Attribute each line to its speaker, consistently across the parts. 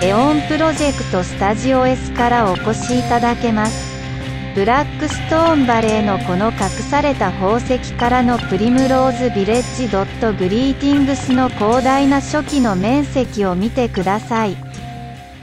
Speaker 1: レオンプロジェクトスタジオ S からお越しいただけますブラックストーンバレーのこの隠された宝石からのプリムローズビレッジドットグリーティングスの広大な初期の面積を見てください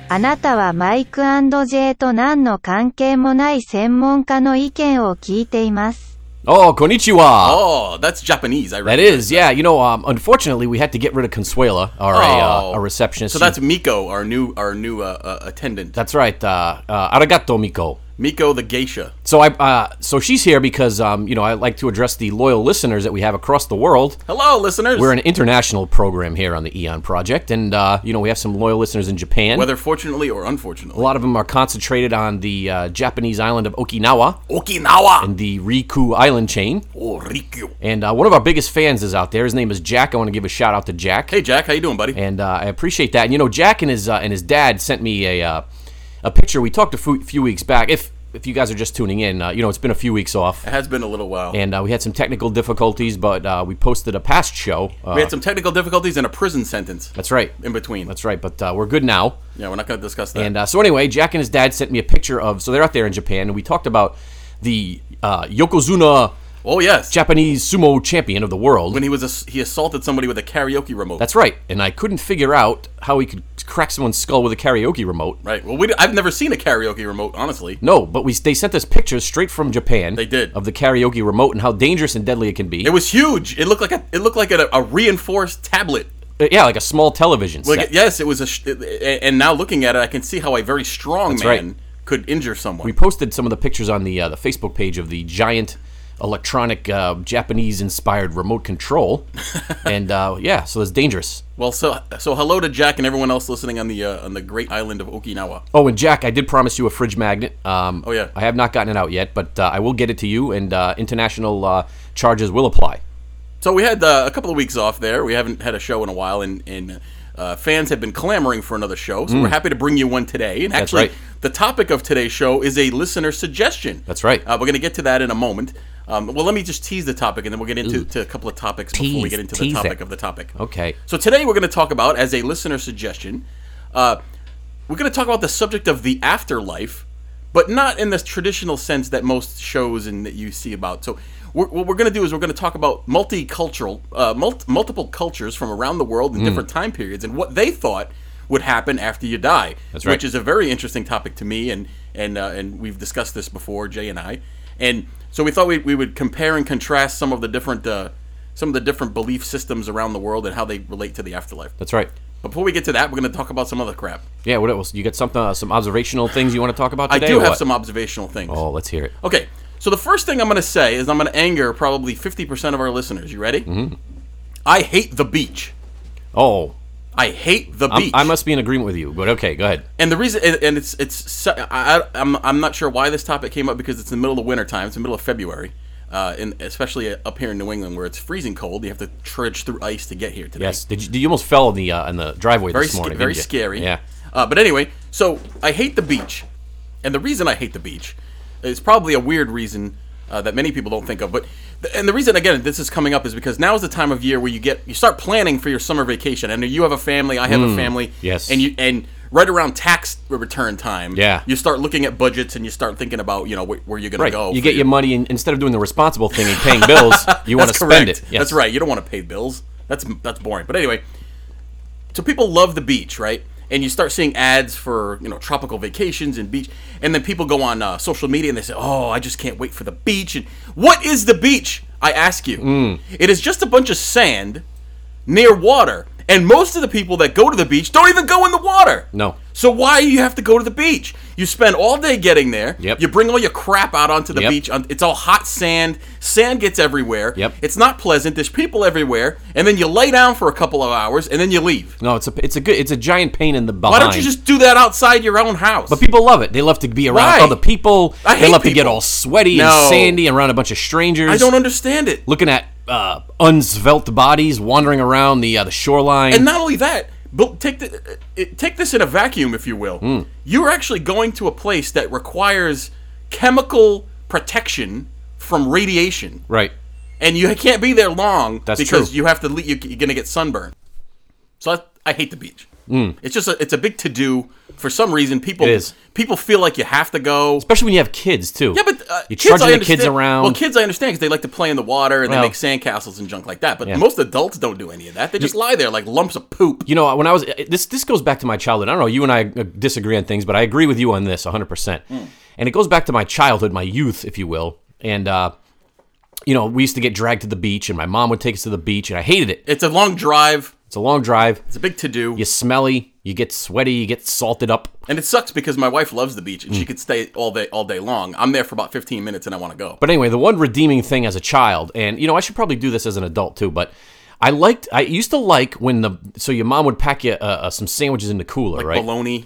Speaker 1: あなたはマイク &J と何の関係もない専門家の意見を聞いています
Speaker 2: Oh, konnichiwa.
Speaker 3: Oh, that's Japanese. I
Speaker 2: That
Speaker 3: recognize
Speaker 2: is, yeah. You know, um, unfortunately, we had to get rid of Consuela, our uh,
Speaker 3: Oh.
Speaker 2: our receptionist.
Speaker 3: So that's Miko, our new our new uh, uh, attendant.
Speaker 2: that's right. Uh, uh, arigato, Miko.
Speaker 3: Miko the geisha.
Speaker 2: So I, uh, so she's here because, um, you know, I like to address the loyal listeners that we have across the world.
Speaker 3: Hello, listeners.
Speaker 2: We're an international program here on the Eon Project, and uh, you know, we have some loyal listeners in Japan.
Speaker 3: whether fortunately or
Speaker 2: a
Speaker 3: unfortunately.
Speaker 2: lot of them are concentrated on the uh, Japanese island of Okinawa
Speaker 3: Okinawa
Speaker 2: and the Riku Island chain.
Speaker 3: or Rikyu.
Speaker 2: And uh, one of our biggest fans is out there. His name is Jack. I want to give a shout out to Jack.
Speaker 3: Hey, Jack, how you doing, buddy?
Speaker 2: and uh, I appreciate that. And you know, Jack and his uh, and his dad sent me a uh, a picture. We talked a few, few weeks back. If if you guys are just tuning in, uh, you know, it's been a few weeks off,
Speaker 3: It has been a little while.
Speaker 2: and uh, we had some technical difficulties, but uh, we posted a past show. Uh,
Speaker 3: we had some technical difficulties and a prison sentence
Speaker 2: that's right.
Speaker 3: in between.
Speaker 2: That's right. But uh, we're good now.
Speaker 3: yeah, we're not going to discuss that.
Speaker 2: And uh, so anyway, Jack and his dad sent me a picture of. So they're out there in Japan, and we talked about the uh, Yokozuna
Speaker 3: oh yes,
Speaker 2: Japanese sumo champion of the world.
Speaker 3: when he was ass- he assaulted somebody with a karaoke remote.
Speaker 2: That's right. And I couldn't figure out how he could crack someone's skull with a karaoke remote.
Speaker 3: right. Well, we d- I've never seen a karaoke remote, honestly.
Speaker 2: No, but we they sent us pictures straight from Japan.
Speaker 3: They did.
Speaker 2: of the karaoke remote and how dangerous and deadly it can be.
Speaker 3: It was huge. It looked like a it looked like a, a reinforced tablet.
Speaker 2: Uh, yeah, like a small television
Speaker 3: Like
Speaker 2: set.
Speaker 3: yes, it was a. Sh- a- and now looking at it, I can see how a very strong man
Speaker 2: right.
Speaker 3: could injure someone.
Speaker 2: We posted some of the pictures on the uh, the Facebook page of the giant electronic uh, Japanese inspired remote control, and uh, yeah, so it's dangerous.
Speaker 3: well, so so hello to Jack and everyone else listening on the uh, on the great island of Okinawa.
Speaker 2: Oh, and Jack, I did promise you a fridge magnet. Um,
Speaker 3: Oh, yeah.
Speaker 2: I have not gotten it out yet, but uh, I will get it to you, and uh, international uh, charges will apply.
Speaker 3: So we had uh, a couple of weeks off there. We haven't had a show in a while, and, and uh, fans have been clamoring for another show. So we're happy to bring you one today. And actually,
Speaker 2: Mm. right.
Speaker 3: the topic of today's show is a listener suggestion.
Speaker 2: That's right.
Speaker 3: Uh, we're going to get to that in a moment. Um, well, let me just tease the topic, and then we'll get into to a couple of topics before we
Speaker 2: Tease-
Speaker 3: get into the
Speaker 2: tease
Speaker 3: topic
Speaker 2: it.
Speaker 3: of the topic.
Speaker 2: Okay.
Speaker 3: So today we're going to talk about, as a listener suggestion, uh, we're going to talk about the subject of the afterlife, but not in the traditional sense that most shows and that you see about. So we're, what we're going to do is we're going to talk about multicultural, uh, mul- multiple cultures from around the world in
Speaker 2: Hmm.
Speaker 3: different time periods and what they thought would happen after you die.
Speaker 2: That's right.
Speaker 3: Which is a very interesting topic to me, and and uh, and we've discussed this before, Jay and I, and so we thought we, we would compare and contrast some of the different uh, some of the different belief systems around the world and how they relate to the afterlife.
Speaker 2: That's right.
Speaker 3: Before we get to that, we're going to talk about some other crap.
Speaker 2: Yeah. What else? You got something? Uh, some observational things you want to talk about
Speaker 3: I
Speaker 2: today?
Speaker 3: do
Speaker 2: or
Speaker 3: have
Speaker 2: what?
Speaker 3: some observational things.
Speaker 2: Oh, let's hear it.
Speaker 3: Okay, so the first thing I'm going to say is I'm going to anger probably 50% of our listeners. You ready? Mm-hmm. I hate the beach.
Speaker 2: Oh,
Speaker 3: I hate the
Speaker 2: I'm,
Speaker 3: beach.
Speaker 2: I must be in agreement with you, but okay, go ahead.
Speaker 3: and the reason and, and it's it's so- I, I- I'm I'm not sure why this topic came up because it's in the middle of winter time. It's the middle of February, uh, and especially up here in New England where it's freezing cold. You have to trudge through ice to get here today.
Speaker 2: Yes, did you, you almost fell in the uh, in the driveway
Speaker 3: very
Speaker 2: this
Speaker 3: sca-
Speaker 2: morning?
Speaker 3: very
Speaker 2: didn't you?
Speaker 3: scary.
Speaker 2: Yeah,
Speaker 3: Uh, but anyway, so I hate the beach, and the reason I hate the beach is probably a weird reason uh, that many people don't think of. But th- and the reason again this is coming up is because now is the time of year where you get you start planning for your summer vacation, and you have a family, I have a family,
Speaker 2: Hmm. yes.
Speaker 3: and you and right around tax return time,
Speaker 2: Yeah.
Speaker 3: you start looking at budgets and you start thinking about you know wh- where you're gonna
Speaker 2: right.
Speaker 3: go.
Speaker 2: you
Speaker 3: for
Speaker 2: get your money, and instead of doing the responsible thing and paying bills, you want to
Speaker 3: that's
Speaker 2: spend
Speaker 3: correct.
Speaker 2: it. Yes.
Speaker 3: That's right. You don't want to pay bills. That's that's boring. But anyway, so people love the beach, right? And you start seeing ads for you know tropical vacations and beach, and then people go on uh, social media and they say, "Oh, I just can't wait for the beach." And what is the beach? I ask you.
Speaker 2: Mm.
Speaker 3: It is just a bunch of sand near water, and most of the people that go to the beach don't even go in the water.
Speaker 2: No.
Speaker 3: So why you have to go to the beach? You spend all day getting there.
Speaker 2: Yep.
Speaker 3: You bring all your crap out onto the
Speaker 2: Yep.
Speaker 3: beach. on- It's all hot sand. Sand gets everywhere.
Speaker 2: Yep.
Speaker 3: It's not pleasant. There's people everywhere, and then you lay down for a couple of hours, and then you leave.
Speaker 2: No, it's a it's a good it's a giant pain in the
Speaker 3: Why
Speaker 2: behind.
Speaker 3: don't you just do that outside your own house?
Speaker 2: But people love it. They love to be around
Speaker 3: Right.
Speaker 2: other people.
Speaker 3: I
Speaker 2: they
Speaker 3: hate
Speaker 2: love to get
Speaker 3: people.
Speaker 2: all sweaty
Speaker 3: No.
Speaker 2: and sandy and around a bunch of strangers.
Speaker 3: I don't understand it.
Speaker 2: looking at uh, unsvelt bodies wandering around the uh, the shoreline.
Speaker 3: And not only that, but take the, it, take this in a vacuum, if you will.
Speaker 2: Hmm.
Speaker 3: You're actually going to a place that requires chemical protection from radiation.
Speaker 2: right.
Speaker 3: and you can't be there long
Speaker 2: That's
Speaker 3: because
Speaker 2: true.
Speaker 3: you have to le- you, you're gonna get sunburned. So I, I hate the beach. It's just a, it's a big to do. For some reason, people
Speaker 2: Hmm. It is.
Speaker 3: people feel like you have to go.
Speaker 2: especially when you have kids too.
Speaker 3: Yeah, but uh,
Speaker 2: you're
Speaker 3: kids, I
Speaker 2: trudging the kids
Speaker 3: understand-
Speaker 2: around.
Speaker 3: Well, kids, I understand because they like to play in the water and
Speaker 2: Well.
Speaker 3: they make sandcastles and junk like that. But most adults don't do any of that. They just lie there like lumps of poop.
Speaker 2: you know, when I was this this goes back to my childhood. I don't know. You and I uh, disagree on things, but I agree with you on this 100. percent And it goes back to my childhood, my youth, if you will. And uh, you know, we used to get dragged to the beach, and my mom would take us to the beach, and I hated it.
Speaker 3: It's a long drive.
Speaker 2: It's a long drive.
Speaker 3: It's a big to do,
Speaker 2: You're smelly. You get sweaty. You get salted up.
Speaker 3: and it sucks because my wife loves the beach
Speaker 2: Mm.
Speaker 3: and she could stay all day all day long. I'm there for about 15 minutes and I want to go.
Speaker 2: But anyway, the one redeeming thing as a child, and you know, I should probably do this as an adult too, but I liked. I used to like when the so your mom would pack you uh, uh, some sandwiches in the cooler, right?
Speaker 3: Bologna.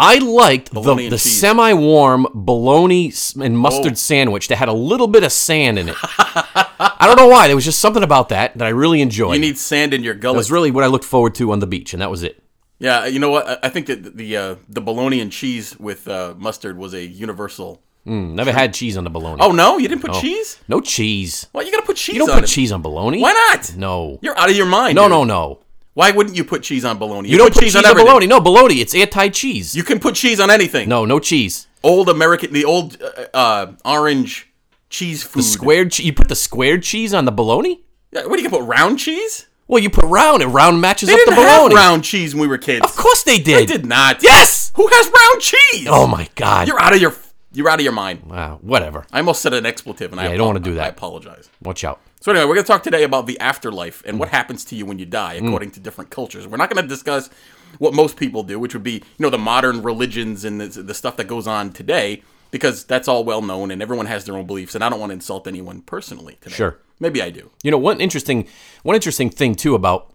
Speaker 2: I liked the,
Speaker 3: Bologna and
Speaker 2: the
Speaker 3: cheese.
Speaker 2: semi-warm bologna s- and mustard sandwich that had a little bit of sand in it. I don't know why. There was just something about that that I really enjoyed.
Speaker 3: You need sand in your
Speaker 2: it
Speaker 3: gullet.
Speaker 2: was really what I looked forward to on the beach, and that was it.
Speaker 3: yeah, you know what? I, I think that the uh, the bologna and cheese with uh, mustard was a universal.
Speaker 2: Mm, Never had cheese on the bologna.
Speaker 3: Oh no, you didn't put cheese?
Speaker 2: no cheese.
Speaker 3: Well, you gotta put cheese.
Speaker 2: You don't
Speaker 3: on
Speaker 2: put
Speaker 3: it.
Speaker 2: cheese on bologna.
Speaker 3: Why not?
Speaker 2: No.
Speaker 3: You're out of your mind.
Speaker 2: no,
Speaker 3: dude.
Speaker 2: no, no.
Speaker 3: Why wouldn't you put cheese on bologna?
Speaker 2: You, don't put cheese, on,
Speaker 3: everything.
Speaker 2: bologna. No, bologna. It's anti-cheese.
Speaker 3: You can put cheese on anything.
Speaker 2: no, no cheese.
Speaker 3: Old American, the old uh, uh, orange cheese food.
Speaker 2: Squared. Che- you put the squared cheese on the bologna.
Speaker 3: Yeah, what do you can put round cheese?
Speaker 2: Well, you put round. and round matches
Speaker 3: They
Speaker 2: up
Speaker 3: didn't
Speaker 2: the
Speaker 3: have
Speaker 2: bologna.
Speaker 3: round cheese when we were kids.
Speaker 2: Of course they did.
Speaker 3: they did not.
Speaker 2: Yes!
Speaker 3: Who has round cheese?
Speaker 2: Oh my god.
Speaker 3: You're out of your. You're out of your mind.
Speaker 2: Wow, Ah, whatever.
Speaker 3: I almost said an expletive, and I,
Speaker 2: Yeah, you don't wanna
Speaker 3: apo-
Speaker 2: do that.
Speaker 3: I apologize.
Speaker 2: Watch out.
Speaker 3: So anyway, we're going to talk today about the afterlife and what happens to you when you die, according to different cultures. We're not going to discuss what most people do, which would be you know the modern religions and the, the stuff that goes on today, because that's all well known and everyone has their own beliefs. And I don't want to insult anyone personally today.
Speaker 2: Sure.
Speaker 3: maybe I do.
Speaker 2: You know, one interesting one interesting thing too about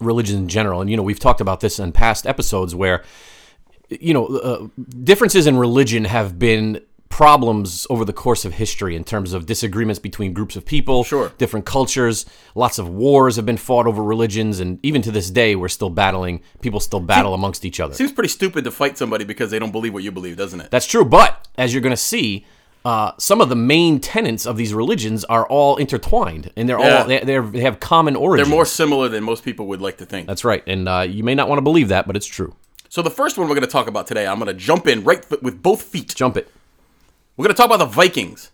Speaker 2: religion in general, and you know, we've talked about this in past episodes where you know, uh, differences in religion have been problems over the course of history in terms of disagreements between groups of people,
Speaker 3: Sure.
Speaker 2: different cultures. Lots of wars have been fought over religions, and even to this day, we're still battling. People still battle amongst each other.
Speaker 3: Seems pretty stupid to fight somebody because they don't believe what you believe, doesn't it?
Speaker 2: That's true, but as you're going to see, uh, some of the main tenets of these religions are all intertwined, and they're
Speaker 3: Yeah.
Speaker 2: all they, they're, they have common origins.
Speaker 3: They're more similar than most people would like to think.
Speaker 2: That's right, and uh, you may not want to believe that, but it's true.
Speaker 3: So the first one we're going to talk about today, I'm going to jump in right f- with both feet.
Speaker 2: Jump it.
Speaker 3: We're going to talk about the Vikings.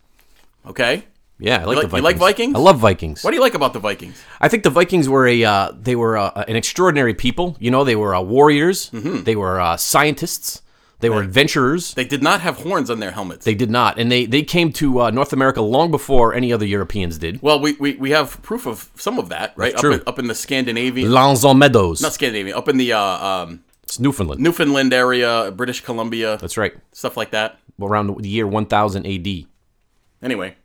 Speaker 3: Okay.
Speaker 2: Yeah, I like,
Speaker 3: like-
Speaker 2: the Vikings.
Speaker 3: you like Vikings?
Speaker 2: I love Vikings.
Speaker 3: What do you like about the Vikings?
Speaker 2: I think the Vikings were a uh, they were uh, an extraordinary people. You know, they were uh, warriors. They were uh, scientists. They were adventurers.
Speaker 3: Mm-hmm. They did not have horns on their helmets.
Speaker 2: They did not, and they they came to uh, North America long before any other Europeans did.
Speaker 3: Well, we, we, we have proof of some of that, right?
Speaker 2: true.
Speaker 3: Up, in, up in the Scandinavian,
Speaker 2: Lanzon Meadows,
Speaker 3: not Scandinavian, up in the uh, um,
Speaker 2: it's Newfoundland.
Speaker 3: Newfoundland area, British Columbia,
Speaker 2: That's right,
Speaker 3: stuff like that.
Speaker 2: around the year 1000 A.D.
Speaker 3: Anyway,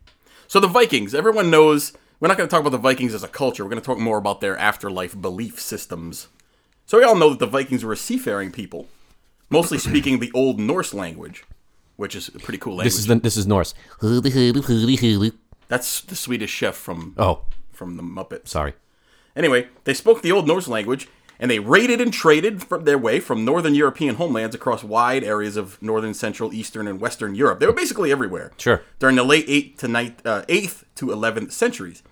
Speaker 3: so the Vikings, everyone knows. We're not going to talk about the Vikings as a culture. We're going to talk more about their afterlife belief systems. So we all know that the Vikings were a seafaring people, mostly speaking the Old Norse language, which is a pretty cool language.
Speaker 2: This is the, this is Norse.
Speaker 3: That's the Swedish chef from
Speaker 2: Oh,
Speaker 3: from the Muppets.
Speaker 2: sorry.
Speaker 3: Anyway, they spoke the Old Norse language, and they raided and traded from their way from northern European homelands across wide areas of northern, central, eastern, and western Europe. They were basically everywhere.
Speaker 2: Sure.
Speaker 3: During the late 8th to 9th, uh, 8th to 11th centuries.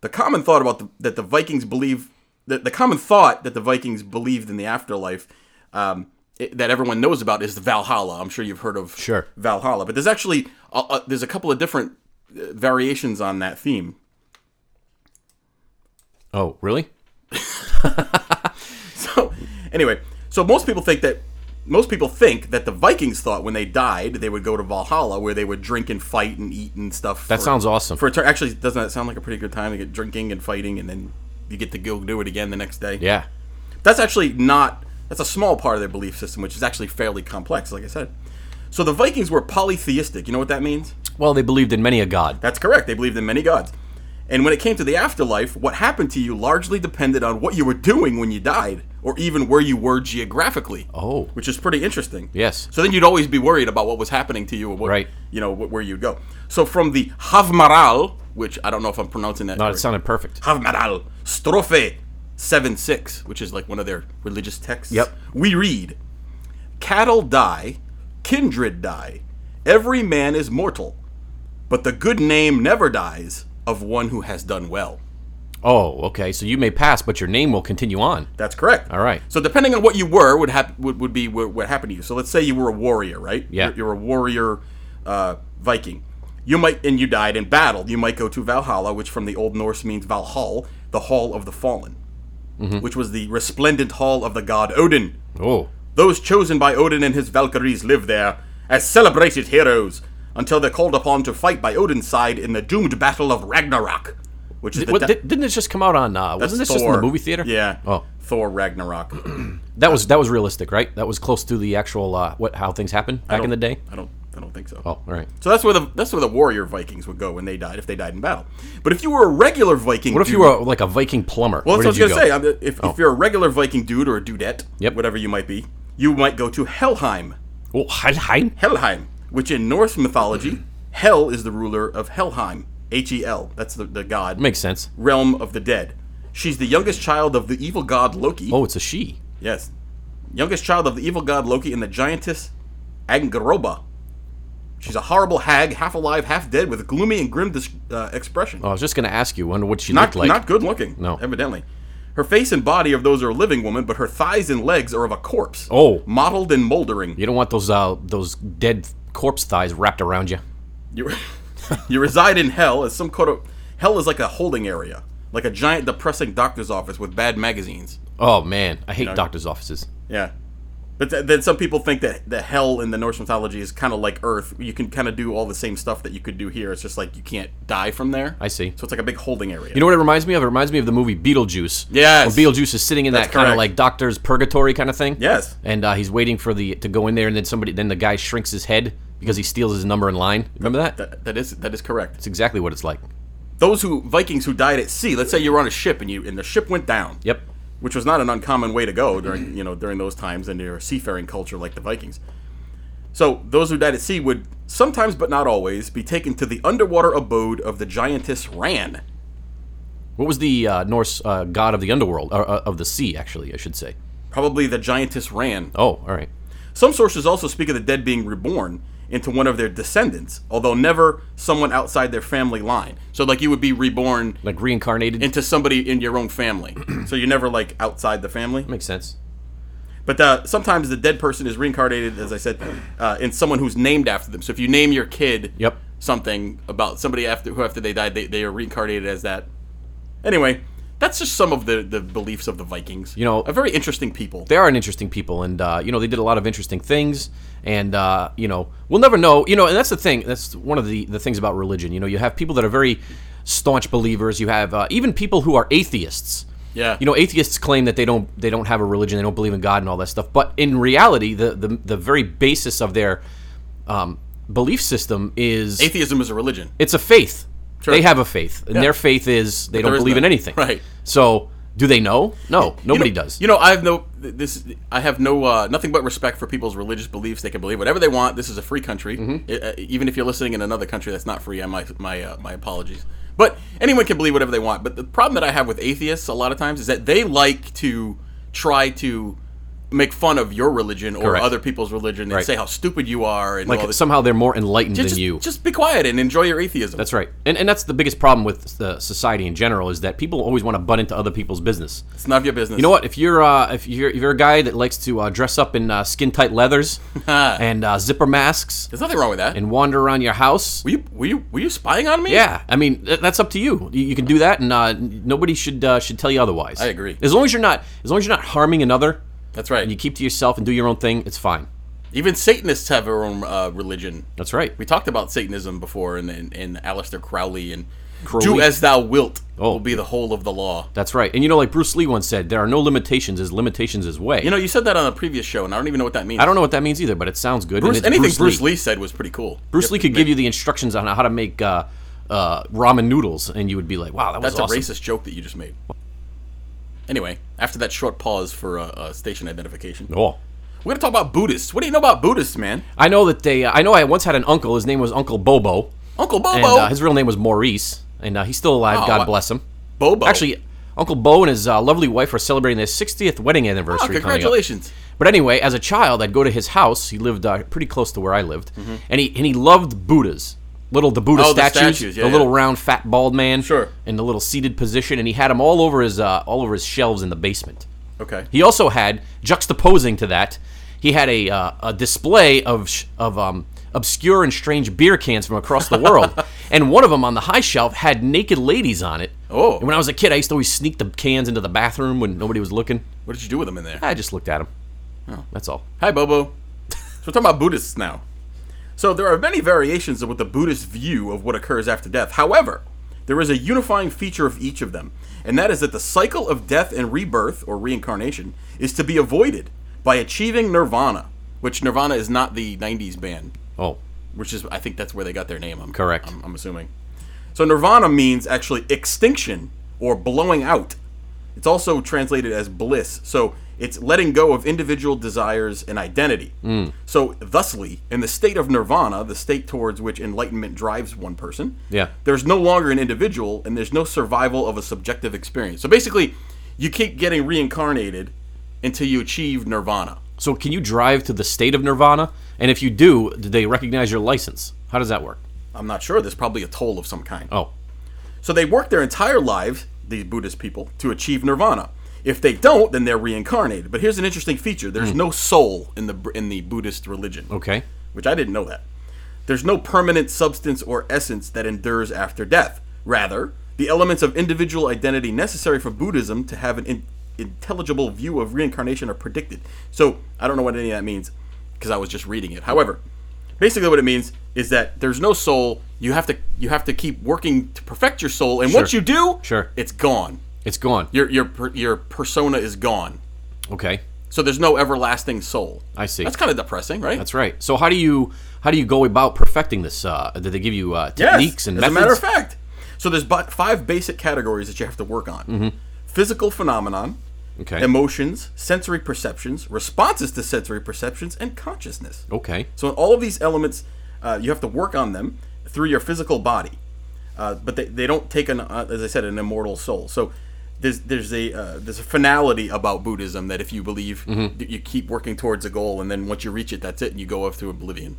Speaker 3: The common thought about the, that the Vikings believe the, the common thought that the Vikings believed in the afterlife um, it- that everyone knows about is the Valhalla. I'm sure you've heard of
Speaker 2: Sure.
Speaker 3: Valhalla, but there's actually a, a, there's a couple of different uh, variations on that theme.
Speaker 2: Oh, really?
Speaker 3: So anyway, so most people think that most people think that the Vikings thought when they died they would go to Valhalla where they would drink and fight and eat and stuff.
Speaker 2: That
Speaker 3: for-
Speaker 2: sounds awesome.
Speaker 3: For a tur- actually, doesn't that sound like a pretty good time to get drinking and fighting and then you get to go do it again the next day?
Speaker 2: yeah.
Speaker 3: That's actually not. That's a small part of their belief system, which is actually fairly complex, like I said. So the Vikings were polytheistic. You know what that means?
Speaker 2: Well, they believed in many a god.
Speaker 3: That's correct. They believed in many gods. And when it came to the afterlife, what happened to you largely depended on what you were doing when you died, or even where you were geographically.
Speaker 2: Oh.
Speaker 3: Which is pretty interesting.
Speaker 2: Yes.
Speaker 3: So then you'd always be worried about what was happening to you, or what,
Speaker 2: Right.
Speaker 3: you know, wh- where you'd go. So from the Havmaral, which I don't know if I'm pronouncing that
Speaker 2: No, it
Speaker 3: correct.
Speaker 2: sounded perfect.
Speaker 3: Havmaral, Strophe 7 6, which is like one of their religious texts.
Speaker 2: Yep.
Speaker 3: We read Cattle die, kindred die, every man is mortal, but the good name never dies of one who has done well.
Speaker 2: Oh, okay. So you may pass, but your name will continue on.
Speaker 3: That's correct.
Speaker 2: All right.
Speaker 3: So depending on what you were, would hap- would, would be what, what happened to you. So let's say you were a warrior, right?
Speaker 2: Yeah.
Speaker 3: You're, you're a warrior uh, Viking. You might and you died in battle. You might go to Valhalla, which from the Old Norse means Valhall, the Hall of the Fallen,
Speaker 2: Mm-hmm.
Speaker 3: which was the resplendent hall of the god Odin.
Speaker 2: Oh,
Speaker 3: Those chosen by Odin and his Valkyries live there as celebrated heroes until they're called upon to fight by Odin's side in the doomed battle of Ragnarok, which is the
Speaker 2: what,
Speaker 3: de-
Speaker 2: di- didn't this just come out on? Uh,
Speaker 3: that's
Speaker 2: wasn't this just in the
Speaker 3: Thor.
Speaker 2: movie theater?
Speaker 3: Yeah.
Speaker 2: Oh,
Speaker 3: Thor Ragnarok.
Speaker 2: that was that was realistic, right? That was close to the actual uh, what how things happen back in the day.
Speaker 3: I don't. I don't think so.
Speaker 2: Oh, all right.
Speaker 3: So that's where the that's where the warrior Vikings would go when they died if they died in battle. But if you were a regular Viking,
Speaker 2: What if you
Speaker 3: dude-
Speaker 2: were like a Viking plumber?
Speaker 3: Well,
Speaker 2: Where
Speaker 3: that's what I
Speaker 2: did
Speaker 3: was
Speaker 2: you Oh.
Speaker 3: gonna say. I'm- If, if you're a regular Viking dude or a dudette,
Speaker 2: Yep.
Speaker 3: whatever you might be, you might go to Helheim.
Speaker 2: go? Oh, Helheim.
Speaker 3: Helheim, which in Norse mythology, Hel is the ruler of Helheim. H E L. That's the, the god
Speaker 2: Makes sense.
Speaker 3: realm of the dead. She's the youngest child of the evil god Loki.
Speaker 2: Oh, it's a she.
Speaker 3: Yes. Youngest child of the evil god Loki and the giantess Angaroba. She's a horrible hag, half alive, half dead, with a gloomy and grim dis- uh, expression.
Speaker 2: I was just gonna ask you, wonder what she
Speaker 3: not,
Speaker 2: looked Oh, like.
Speaker 3: not good looking,
Speaker 2: No.
Speaker 3: evidently. Her face and body are those of a living woman, but her thighs and legs are of a corpse.
Speaker 2: Oh.
Speaker 3: Mottled and moldering.
Speaker 2: you don't want those uh, those dead corpse thighs wrapped around you.
Speaker 3: You, you reside in hell as some kind of. Hell is like a holding area, like a giant, depressing doctor's office with bad magazines.
Speaker 2: Oh man, I hate doctors' offices.
Speaker 3: Yeah. But th- then some people think that the hell in the Norse mythology is kind of like Earth. You can kind of do all the same stuff that you could do here. It's just like you can't die from there.
Speaker 2: I see.
Speaker 3: So it's like a big holding area.
Speaker 2: You know what it reminds me of? It reminds me of the movie Beetlejuice.
Speaker 3: Yes.
Speaker 2: Where Beetlejuice is sitting in
Speaker 3: That's
Speaker 2: that kind of
Speaker 3: correct.
Speaker 2: like doctor's purgatory kind of thing.
Speaker 3: Yes.
Speaker 2: And uh, he's waiting for the to go in there, and then somebody, then the guy shrinks his head because he steals his number in line. Remember that? That's
Speaker 3: That, that is that is correct.
Speaker 2: exactly what it's like.
Speaker 3: Those who Vikings who died at sea. Let's say you were on a ship and you and the ship went down.
Speaker 2: Yep.
Speaker 3: Which was not an uncommon way to go during you know during those times in their seafaring culture like the Vikings. So those who died at sea would sometimes, but not always, be taken to the underwater abode of the giantess Ran.
Speaker 2: What was the uh, Norse uh, god of the underworld or uh, of the sea? Actually, I should say.
Speaker 3: Probably the giantess Ran.
Speaker 2: Oh, all right.
Speaker 3: Some sources also speak of the dead being reborn into one of their descendants, although never someone outside their family line. So like you would be reborn
Speaker 2: Like reincarnated.
Speaker 3: into somebody in your own family. so you're never like outside the family.
Speaker 2: Makes sense.
Speaker 3: But uh, sometimes the dead person is reincarnated, as I said, uh, in someone who's named after them. So if you name your kid
Speaker 2: Yep.
Speaker 3: something about somebody after who after they died, they, they are reincarnated as that. Anyway, that's just some of the, the beliefs of the Vikings.
Speaker 2: You know-
Speaker 3: a very interesting people.
Speaker 2: they are an interesting people, and uh, you know they did a lot of interesting things, and uh, you know we'll never know. You know, and that's the thing. That's one of the the things about religion. You know, you have people that are very staunch believers. You have uh, even people who are atheists.
Speaker 3: Yeah.
Speaker 2: You know, atheists claim that they don't they don't have a religion, they don't believe in God and all that stuff. But in reality, the the, the very basis of their um, belief system is
Speaker 3: Atheism is a religion.
Speaker 2: it's a faith.
Speaker 3: Sure.
Speaker 2: They have a faith, and
Speaker 3: Yeah.
Speaker 2: their faith is they
Speaker 3: there
Speaker 2: don't
Speaker 3: is
Speaker 2: believe in
Speaker 3: none.
Speaker 2: anything.
Speaker 3: Right.
Speaker 2: So, do they know? No, nobody
Speaker 3: you know,
Speaker 2: does.
Speaker 3: You know, I have no th- this. I have no uh, nothing but respect for people's religious beliefs. They can believe whatever they want. This is a free country.
Speaker 2: Mm-hmm.
Speaker 3: I- I- even if you're listening in another country that's not free, I my my uh, my apologies. But anyone can believe whatever they want. But the problem that I have with atheists a lot of times is that they like to try to make fun of your religion or
Speaker 2: Correct.
Speaker 3: other people's religion and
Speaker 2: Right.
Speaker 3: say how stupid you are and all
Speaker 2: like
Speaker 3: this.
Speaker 2: somehow they're more enlightened
Speaker 3: just,
Speaker 2: than you.
Speaker 3: just be quiet and enjoy your atheism.
Speaker 2: That's right, and and that's the biggest problem with uh, society in general is that people always want to butt into other people's business.
Speaker 3: it's none of your business.
Speaker 2: You know what? If you're uh, if you're if you're a guy that likes to uh, dress up in uh, skin tight leathers and uh, zipper masks
Speaker 3: There's nothing wrong with that.
Speaker 2: and wander around your house,
Speaker 3: were you were you were you spying on me?
Speaker 2: yeah, I mean th- that's up to you. You, you can do that, and uh, n- nobody should uh, should tell you otherwise.
Speaker 3: I agree.
Speaker 2: As long as you're not as long as you're not harming another,
Speaker 3: That's right.
Speaker 2: and you keep to yourself and do your own thing, it's fine.
Speaker 3: Even Satanists have their own uh, religion.
Speaker 2: That's right.
Speaker 3: We talked about Satanism before, and and, and Aleister Crowley and
Speaker 2: Crowley?
Speaker 3: "Do as thou wilt"
Speaker 2: Oh.
Speaker 3: will be the whole of the law.
Speaker 2: That's right. And you know, like Bruce Lee once said, there are no limitations as limitations is way.
Speaker 3: You know, you said that on a previous show, and I don't even know what that means.
Speaker 2: I don't know what that means either, but it sounds good. and
Speaker 3: Bruce,
Speaker 2: it's
Speaker 3: anything Bruce, Lee. said was pretty cool.
Speaker 2: Bruce Lee could give you the instructions on how to make uh, uh, ramen noodles, and you would be like, "Wow, that was
Speaker 3: That's
Speaker 2: awesome."
Speaker 3: a racist joke that you just made. Anyway, after that short pause for uh, uh, station identification,
Speaker 2: Oh.
Speaker 3: we're gonna talk about Buddhists. What do you know about Buddhists, man?
Speaker 2: I know that they. uh, I know I once had an uncle. His name was Uncle Bobo,
Speaker 3: Uncle Bobo.
Speaker 2: and uh, his real name was Maurice, and uh, he's still alive.
Speaker 3: Oh,
Speaker 2: God
Speaker 3: I-
Speaker 2: bless him.
Speaker 3: Bobo. Oh,
Speaker 2: Actually, Uncle Bo and his uh, lovely wife are celebrating their 60th wedding
Speaker 3: oh,
Speaker 2: anniversary. coming up.
Speaker 3: congratulations.
Speaker 2: But anyway, as a child, I'd go to his house. He lived uh, pretty close to where I lived, and he and he loved Buddhas. little the Buddha
Speaker 3: Mm-hmm. Oh, the
Speaker 2: statues, the,
Speaker 3: statues, yeah,
Speaker 2: little
Speaker 3: yeah.
Speaker 2: round fat bald man,
Speaker 3: Sure.
Speaker 2: in the little seated position, and he had them all over his uh, all over his shelves in the basement.
Speaker 3: Okay.
Speaker 2: He also had juxtaposing to that, he had a uh, a display of sh- of um, obscure and strange beer cans from across the world, and one of them on the high shelf had naked ladies on it.
Speaker 3: Oh.
Speaker 2: And when I was a kid, I used to always sneak the cans into the bathroom when nobody was looking.
Speaker 3: What did you do with them in there?
Speaker 2: I just looked at them.
Speaker 3: Oh.
Speaker 2: That's all.
Speaker 3: Hi, Bobo. So we're talking about Buddhists now. So there are many variations with the Buddhist view of what occurs after death. However, there is a unifying feature of each of them, and that is that the cycle of death and rebirth, or reincarnation, is to be avoided by achieving nirvana, which nirvana is not the 90s band,
Speaker 2: Oh,
Speaker 3: which is, I think that's where they got their name. I'm,
Speaker 2: Correct.
Speaker 3: I'm, I'm assuming. So nirvana means actually extinction or blowing out. It's also translated as bliss. So it's letting go of individual desires and identity.
Speaker 2: Mm.
Speaker 3: So thusly, in the state of nirvana, the state towards which enlightenment drives one person,
Speaker 2: Yeah.
Speaker 3: there's no longer an individual and there's no survival of a subjective experience. So basically, you keep getting reincarnated until you achieve nirvana.
Speaker 2: so can you drive to the state of Nirvana? And if you do, do they recognize your license? How does that work?
Speaker 3: I'm not sure. There's probably a toll of some kind.
Speaker 2: Oh,
Speaker 3: So they work their entire lives, these Buddhist people, to achieve nirvana. If they don't, then they're reincarnated. But here's an interesting feature: there's no soul in the in the Buddhist religion,
Speaker 2: okay.
Speaker 3: which I didn't know that. There's no permanent substance or essence that endures after death. Rather, the elements of individual identity necessary for Buddhism to have an in, intelligible view of reincarnation are predicted. So I don't know what any of that means because I was just reading it. However, basically what it means is that there's no soul. You have to you have to keep working to perfect your soul, and once
Speaker 2: Sure.
Speaker 3: you do,
Speaker 2: Sure.
Speaker 3: it's gone.
Speaker 2: It's gone.
Speaker 3: Your your per- your persona is gone.
Speaker 2: okay.
Speaker 3: So there's no everlasting soul.
Speaker 2: I see.
Speaker 3: That's kind of depressing, right?
Speaker 2: That's right. So how do you how do you go about perfecting this? Uh, did they give you uh, techniques and
Speaker 3: as
Speaker 2: methods?
Speaker 3: a matter of fact. So there's bu- five basic categories that you have to work on: physical phenomenon,
Speaker 2: Mm-hmm. Okay.
Speaker 3: emotions, sensory perceptions, responses to sensory perceptions, and consciousness.
Speaker 2: okay.
Speaker 3: So in all of these elements, uh, you have to work on them through your physical body, uh, but they, they don't take an uh, as I said an immortal soul. So there's there's a uh, there's a finality about Buddhism that if you believe
Speaker 2: Mm-hmm.
Speaker 3: that you keep working towards a goal and then once you reach it, that's it, and you go off to oblivion.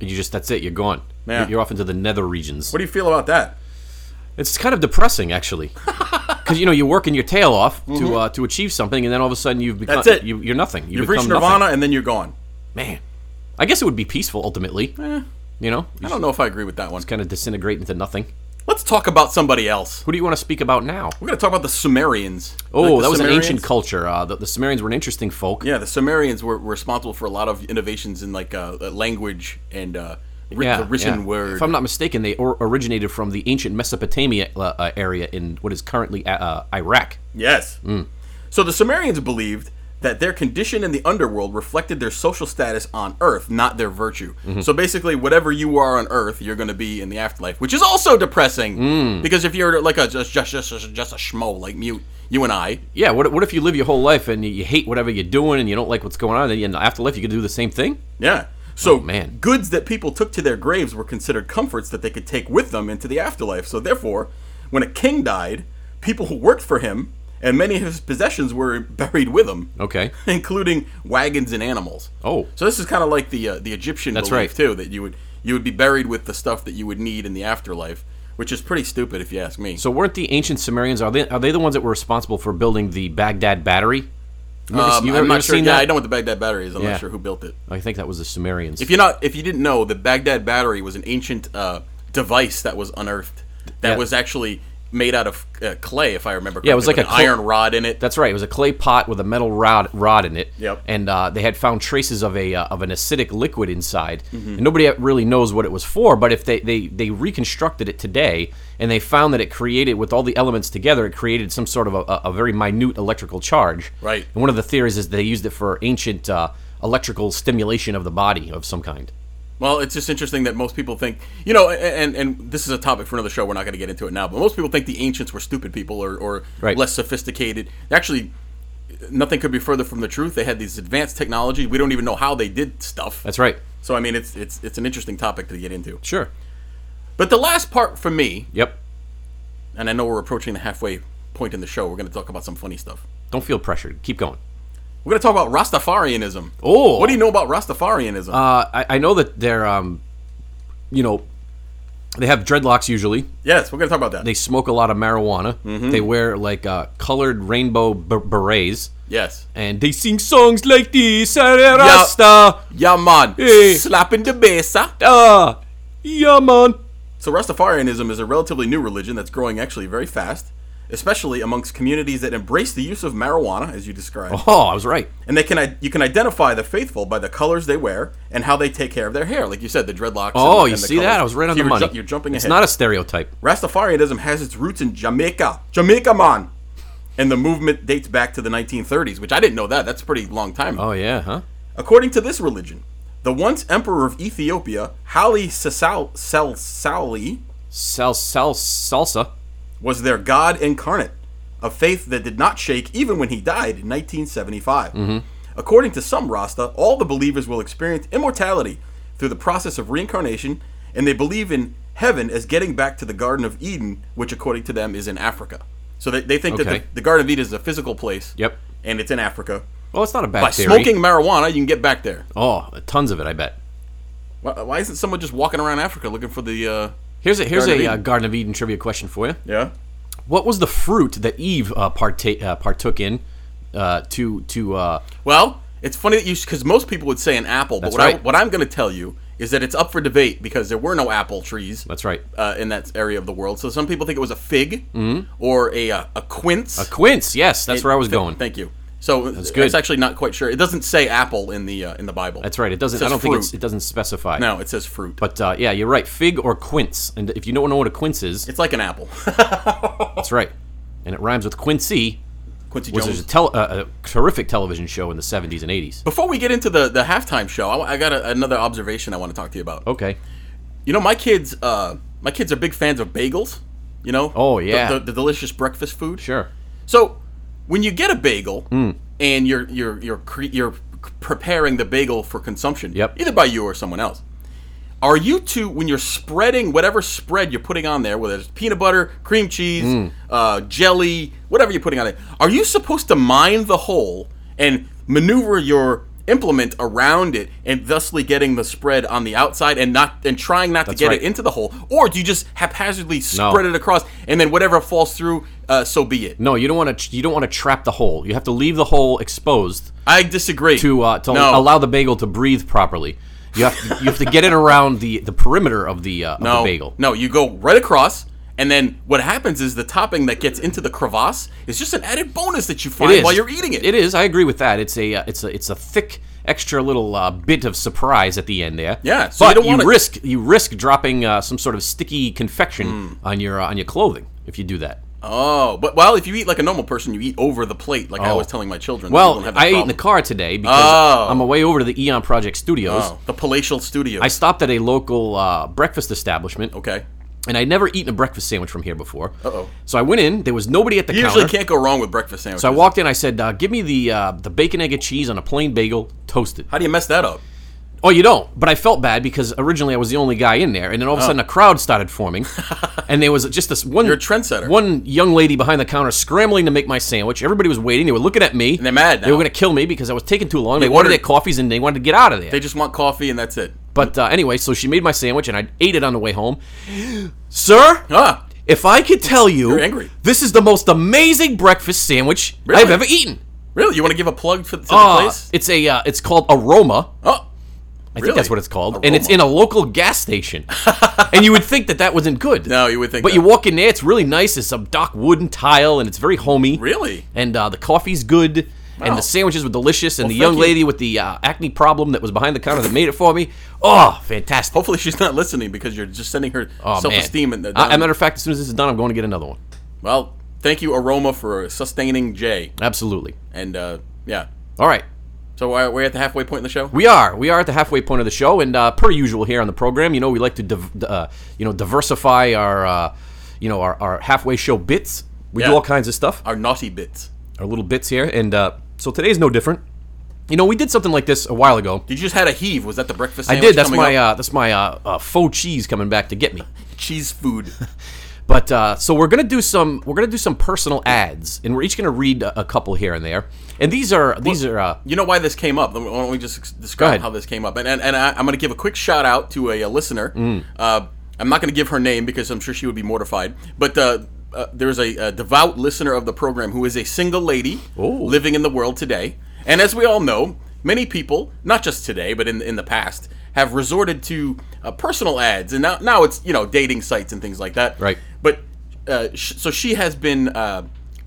Speaker 2: You just that's it. You're gone.
Speaker 3: Yeah.
Speaker 2: You're off into the nether regions.
Speaker 3: What do you feel about that?
Speaker 2: It's kind of depressing, actually, because you know you're working your tail off to uh, to achieve something, and then all of a sudden you've become
Speaker 3: Mm-hmm. That's it.
Speaker 2: You, you're nothing. You
Speaker 3: You've
Speaker 2: become
Speaker 3: reached
Speaker 2: nothing.
Speaker 3: nirvana and then you're gone.
Speaker 2: Man, I guess it would be peaceful ultimately.
Speaker 3: Eh.
Speaker 2: You know, you
Speaker 3: I don't know if I agree with that one.
Speaker 2: kind of disintegrate into nothing.
Speaker 3: Let's talk about somebody else.
Speaker 2: Who do you want to speak about now?
Speaker 3: We're going to talk about the Sumerians.
Speaker 2: Oh,
Speaker 3: Like the
Speaker 2: that was an
Speaker 3: Sumerians-
Speaker 2: ancient culture. Uh, the, the Sumerians were an interesting folk.
Speaker 3: Yeah, the Sumerians were, were responsible for a lot of innovations in like uh, uh, language and uh, writ- the written
Speaker 2: yeah.
Speaker 3: word.
Speaker 2: If I'm not mistaken, they or- originated from the ancient Mesopotamia uh, uh, area in what is currently uh, uh, Iraq.
Speaker 3: yes.
Speaker 2: Mm.
Speaker 3: So the Sumerians believed that their condition in the underworld reflected their social status on Earth, not their virtue.
Speaker 2: Mm-hmm.
Speaker 3: So basically, whatever you are on Earth, you're going to be in the afterlife, which is also depressing.
Speaker 2: Mm.
Speaker 3: Because if you're like a just just just just, just a schmo like mute, you and I,
Speaker 2: Yeah, what, what if you live your whole life and you, you hate whatever you're doing and you don't like what's going on, and then in the afterlife you could do the same thing?
Speaker 3: Yeah. So
Speaker 2: Oh, man.
Speaker 3: goods that people took to their graves were considered comforts that they could take with them into the afterlife. So therefore, when a king died, people who worked for him and many of his possessions were buried with him,
Speaker 2: Okay.
Speaker 3: including wagons and animals.
Speaker 2: Oh.
Speaker 3: So this is kind of like the uh, the Egyptian
Speaker 2: That's
Speaker 3: belief
Speaker 2: right.
Speaker 3: too that you would you would be buried with the stuff that you would need in the afterlife, which is pretty stupid if you ask me.
Speaker 2: So weren't the ancient Sumerians are they are they the ones that were responsible for building the Baghdad Battery? You ever-
Speaker 3: um,
Speaker 2: you
Speaker 3: I'm
Speaker 2: ever
Speaker 3: not sure.
Speaker 2: seen
Speaker 3: Yeah,
Speaker 2: that?
Speaker 3: I know what the Baghdad Battery is. I'm
Speaker 2: Yeah.
Speaker 3: not sure who built it.
Speaker 2: I think that was the Sumerians.
Speaker 3: If you're not, if you didn't know, the Baghdad Battery was an ancient uh, device that was unearthed. That
Speaker 2: Yeah.
Speaker 3: was actually made out of uh, clay, if I remember. Correctly,
Speaker 2: Yeah, it was like
Speaker 3: with
Speaker 2: a
Speaker 3: an
Speaker 2: cl-
Speaker 3: iron rod in it.
Speaker 2: That's right. It was a clay pot with a metal rod rod in it.
Speaker 3: Yep.
Speaker 2: And uh, they had found traces of a uh, of an acidic liquid inside,
Speaker 3: Mm-hmm.
Speaker 2: and nobody really knows what it was for. But if they, they they reconstructed it today, and they found that it created with all the elements together, it created some sort of a, a- a very minute electrical charge.
Speaker 3: Right.
Speaker 2: And one of the theories is they used it for ancient uh, electrical stimulation of the body of some kind.
Speaker 3: Well, it's just interesting that most people think, you know, a- and and this is a topic for another show. We're not going to get into it now, but most people think the ancients were stupid people or, or
Speaker 2: Right.
Speaker 3: less sophisticated. Actually, nothing could be further from the truth. They had these advanced technology. We don't even know how they did stuff.
Speaker 2: That's right.
Speaker 3: So I mean, it's it's it's an interesting topic to get into.
Speaker 2: Sure.
Speaker 3: But the last part for me
Speaker 2: Yep.
Speaker 3: and I know we're approaching the halfway point in the show. We're going to talk about some funny stuff.
Speaker 2: Don't feel pressured. Keep going.
Speaker 3: We're going to talk about Rastafarianism.
Speaker 2: Oh.
Speaker 3: what do you know about Rastafarianism?
Speaker 2: Uh, I, I know that they're, um, you know, They have dreadlocks usually.
Speaker 3: Yes, we're gonna talk about that.
Speaker 2: They smoke a lot of marijuana.
Speaker 3: Mm-hmm.
Speaker 2: They wear like uh, colored rainbow b- berets,
Speaker 3: yes.
Speaker 2: and they sing songs like this. "Hare Rasta,
Speaker 3: Yeah, man.
Speaker 2: Hey.
Speaker 3: Slapping the bass. ah.
Speaker 2: ah, yeah, man.
Speaker 3: So Rastafarianism is a relatively new religion that's growing actually very fast, especially amongst communities that embrace the use of marijuana, as you described.
Speaker 2: Oh, I was right.
Speaker 3: And they can you can identify the faithful by the colors they wear and how they take care of their hair, like you said, the dreadlocks. and
Speaker 2: Oh,
Speaker 3: the-
Speaker 2: you
Speaker 3: and the
Speaker 2: see that?
Speaker 3: colors.
Speaker 2: I was right on
Speaker 3: So
Speaker 2: the
Speaker 3: you're
Speaker 2: money.
Speaker 3: ju- you're jumping
Speaker 2: It's
Speaker 3: ahead.
Speaker 2: not a stereotype.
Speaker 3: Rastafarianism has its roots in Jamaica. Jamaica, man. And the movement dates back to the 1930s, which I didn't know that. That's a pretty long time.
Speaker 2: Oh yeah, huh?
Speaker 3: According to this religion, the once emperor of Ethiopia, Haile Sesau- Sel- Sauli,
Speaker 2: Sal, sal, salsa.
Speaker 3: was their god incarnate, a faith that did not shake even when he died in 1975.
Speaker 2: Mm-hmm.
Speaker 3: According to some Rasta, all the believers will experience immortality through the process of reincarnation, and they believe in heaven as getting back to the Garden of Eden, which according to them is in Africa. So they, they think that
Speaker 2: Okay.
Speaker 3: the, the Garden of Eden is a physical place.
Speaker 2: Yep.
Speaker 3: And it's in Africa.
Speaker 2: Well, it's not a bad
Speaker 3: By
Speaker 2: theory.
Speaker 3: smoking marijuana, you can get back there.
Speaker 2: Oh, tons of it, I bet.
Speaker 3: Why, why isn't someone just walking around Africa looking for the? Uh,
Speaker 2: Here's a here's
Speaker 3: Garden of
Speaker 2: a uh,
Speaker 3: Eden.
Speaker 2: Garden of Eden trivia question for you.
Speaker 3: yeah.
Speaker 2: What was the fruit that Eve uh, partake, uh, partook in uh, to to uh,
Speaker 3: Well, it's funny that you because most people would say an apple, but
Speaker 2: That's
Speaker 3: what, I,
Speaker 2: right.
Speaker 3: what I'm going to tell you is that it's up for debate because there were no apple trees.
Speaker 2: That's right. Mm-hmm.
Speaker 3: Uh, in that area of the world, so some people think it was a fig or a uh, a quince.
Speaker 2: a quince? Yes, that's where I was
Speaker 3: Th-
Speaker 2: going.
Speaker 3: Thank you. So that's
Speaker 2: good.
Speaker 3: It's actually not quite sure. It doesn't say apple in the uh, in the Bible.
Speaker 2: That's right. It doesn't. I
Speaker 3: says
Speaker 2: don't think it's,
Speaker 3: fruit.
Speaker 2: it doesn't specify.
Speaker 3: No, it says fruit.
Speaker 2: But uh, yeah, you're right. Fig or quince, and if you don't know what a quince is,
Speaker 3: it's like an apple.
Speaker 2: that's right. And it rhymes with Quincy,
Speaker 3: Quincy
Speaker 2: which
Speaker 3: Jones.
Speaker 2: is a, tele- uh, a terrific television show in the 70s and 80s.
Speaker 3: Before we get into the the halftime show, I, I got a, another observation I want to talk to you about.
Speaker 2: Okay.
Speaker 3: You know, my kids, uh, my kids are big fans of bagels. You know.
Speaker 2: Oh, yeah.
Speaker 3: The, the, the delicious breakfast food.
Speaker 2: Sure.
Speaker 3: So, when you get a bagel
Speaker 2: Mm.
Speaker 3: and you're you're you're cre- you're preparing the bagel for consumption,
Speaker 2: Yep.
Speaker 3: either by you or someone else. Are you two when you're spreading whatever spread you're putting on there, whether it's peanut butter, cream cheese,
Speaker 2: Mm.
Speaker 3: uh, jelly, whatever you're putting on it? Are you supposed to mine the hole and maneuver your implement around it, and thusly getting the spread on the outside and not and trying not to get
Speaker 2: right.
Speaker 3: it into the hole, or do you just haphazardly
Speaker 2: No.
Speaker 3: spread it across and then whatever falls through, uh, so be it?
Speaker 2: No, you don't want to. You don't want to trap the hole. You have to leave the hole exposed
Speaker 3: I disagree.
Speaker 2: to uh, to
Speaker 3: no,
Speaker 2: allow the bagel to breathe properly. You have to, you have to get it around the, the perimeter of the, uh, of
Speaker 3: no,
Speaker 2: the bagel.
Speaker 3: No, you go right across, and then what happens is the topping that gets into the crevasse is just an added bonus that you
Speaker 2: It
Speaker 3: find
Speaker 2: is.
Speaker 3: while you're eating it.
Speaker 2: It is. I agree with that. It's a uh, it's a it's a thick extra little uh, bit of surprise at the end there.
Speaker 3: Yeah, so you
Speaker 2: but
Speaker 3: don't
Speaker 2: you,
Speaker 3: wanna-
Speaker 2: risk you risk dropping uh, some sort of sticky confection
Speaker 3: Hmm.
Speaker 2: on your uh, on your clothing if you do that.
Speaker 3: Oh, but well, if you eat like a normal person, you eat over the plate, like I
Speaker 2: Oh.
Speaker 3: was telling my children. that you
Speaker 2: Well,
Speaker 3: don't have that
Speaker 2: I ate in
Speaker 3: problem.
Speaker 2: the car today because
Speaker 3: Oh.
Speaker 2: on my way over to the Eon Project Studios.
Speaker 3: Oh, the palatial studio.
Speaker 2: I stopped at a local uh, breakfast establishment,
Speaker 3: okay.
Speaker 2: and I'd never eaten a breakfast sandwich from here before.
Speaker 3: Uh-oh.
Speaker 2: So I went in. There was nobody at the
Speaker 3: You
Speaker 2: counter.
Speaker 3: usually can't go wrong with breakfast sandwiches.
Speaker 2: So I walked in. I said, uh, "Give me the uh, the bacon, egg, and cheese on a plain bagel, toasted."
Speaker 3: How do you mess that up?
Speaker 2: Oh, you don't. But I felt bad because originally I was the only guy in there, and then all of a sudden a crowd started forming, and there was just this one.
Speaker 3: Oh. You're a trendsetter.
Speaker 2: One young lady behind the counter scrambling to make my sandwich. Everybody was waiting. They were looking at me. And
Speaker 3: they're mad
Speaker 2: They were
Speaker 3: now.
Speaker 2: going to kill me because I was taking too long. They ordered
Speaker 3: ordered-
Speaker 2: their coffees and they wanted to get out of there.
Speaker 3: They just want coffee and that's it.
Speaker 2: But uh, anyway, so she made my sandwich and I ate it on the way home. Sir,
Speaker 3: Ah,
Speaker 2: if I could tell you,
Speaker 3: You're angry.
Speaker 2: this is the most amazing breakfast sandwich
Speaker 3: Really?
Speaker 2: I've ever eaten.
Speaker 3: really? You want to give a plug for to
Speaker 2: Uh,
Speaker 3: the place?
Speaker 2: It's a uh, it's called Aroma.
Speaker 3: Oh,
Speaker 2: I think
Speaker 3: Really?
Speaker 2: that's what it's called, and it's
Speaker 3: Aroma.
Speaker 2: in a local gas station. and you would think that that wasn't good.
Speaker 3: No, you would think
Speaker 2: But
Speaker 3: that.
Speaker 2: you walk in there, it's really nice. It's some dark wood and tile, and it's very homey.
Speaker 3: really?
Speaker 2: And uh, the coffee's good, and
Speaker 3: Wow.
Speaker 2: the sandwiches were delicious, and the
Speaker 3: thank
Speaker 2: young
Speaker 3: you.
Speaker 2: lady with the uh, acne problem that was behind the counter that made it for me. Oh, fantastic!
Speaker 3: Hopefully she's not listening because you're just sending her
Speaker 2: Oh, man.
Speaker 3: self-esteem and
Speaker 2: Uh, as a matter of fact, as soon as this is done, I'm going to get another one.
Speaker 3: Well, thank you, Aroma, for sustaining Jay.
Speaker 2: Absolutely.
Speaker 3: And uh, yeah,
Speaker 2: All right.
Speaker 3: so we're we're at the halfway point in the show.
Speaker 2: We are we are at the halfway point of the show, and uh, per usual here on the program, you know we like to div- uh, you know diversify our uh, you know our, our halfway show bits. We do
Speaker 3: Yeah.
Speaker 2: all kinds of stuff,
Speaker 3: Our naughty bits.
Speaker 2: our little bits here, and uh, so today's no different. You know we did something like this a while ago.
Speaker 3: Did you just had a heave? Was that the breakfast?
Speaker 2: I
Speaker 3: Sandwich
Speaker 2: did. That's
Speaker 3: coming
Speaker 2: my
Speaker 3: up?
Speaker 2: uh, that's my uh, uh, faux cheese coming back to get me.
Speaker 3: cheese food.
Speaker 2: But uh, so we're gonna do some we're gonna do some personal ads, and we're each gonna read a, a couple here and there. And these are these are uh,
Speaker 3: you know why this came up? Why don't we just ex- describe
Speaker 2: ahead. Mm.
Speaker 3: how this came up? And and, and I, I'm going to give a quick shout out to a, a listener. Uh, I'm not going to give her name because I'm sure she would be mortified. But uh, uh, there's a, a devout listener of the program who is a single lady
Speaker 2: Ooh.
Speaker 3: living in the world today. And as we all know, many people, not just today, but in, in the past, have resorted to uh, personal ads. And now, now it's, you know, dating sites and things like that.
Speaker 2: Right.
Speaker 3: But uh, sh- so she has been uh,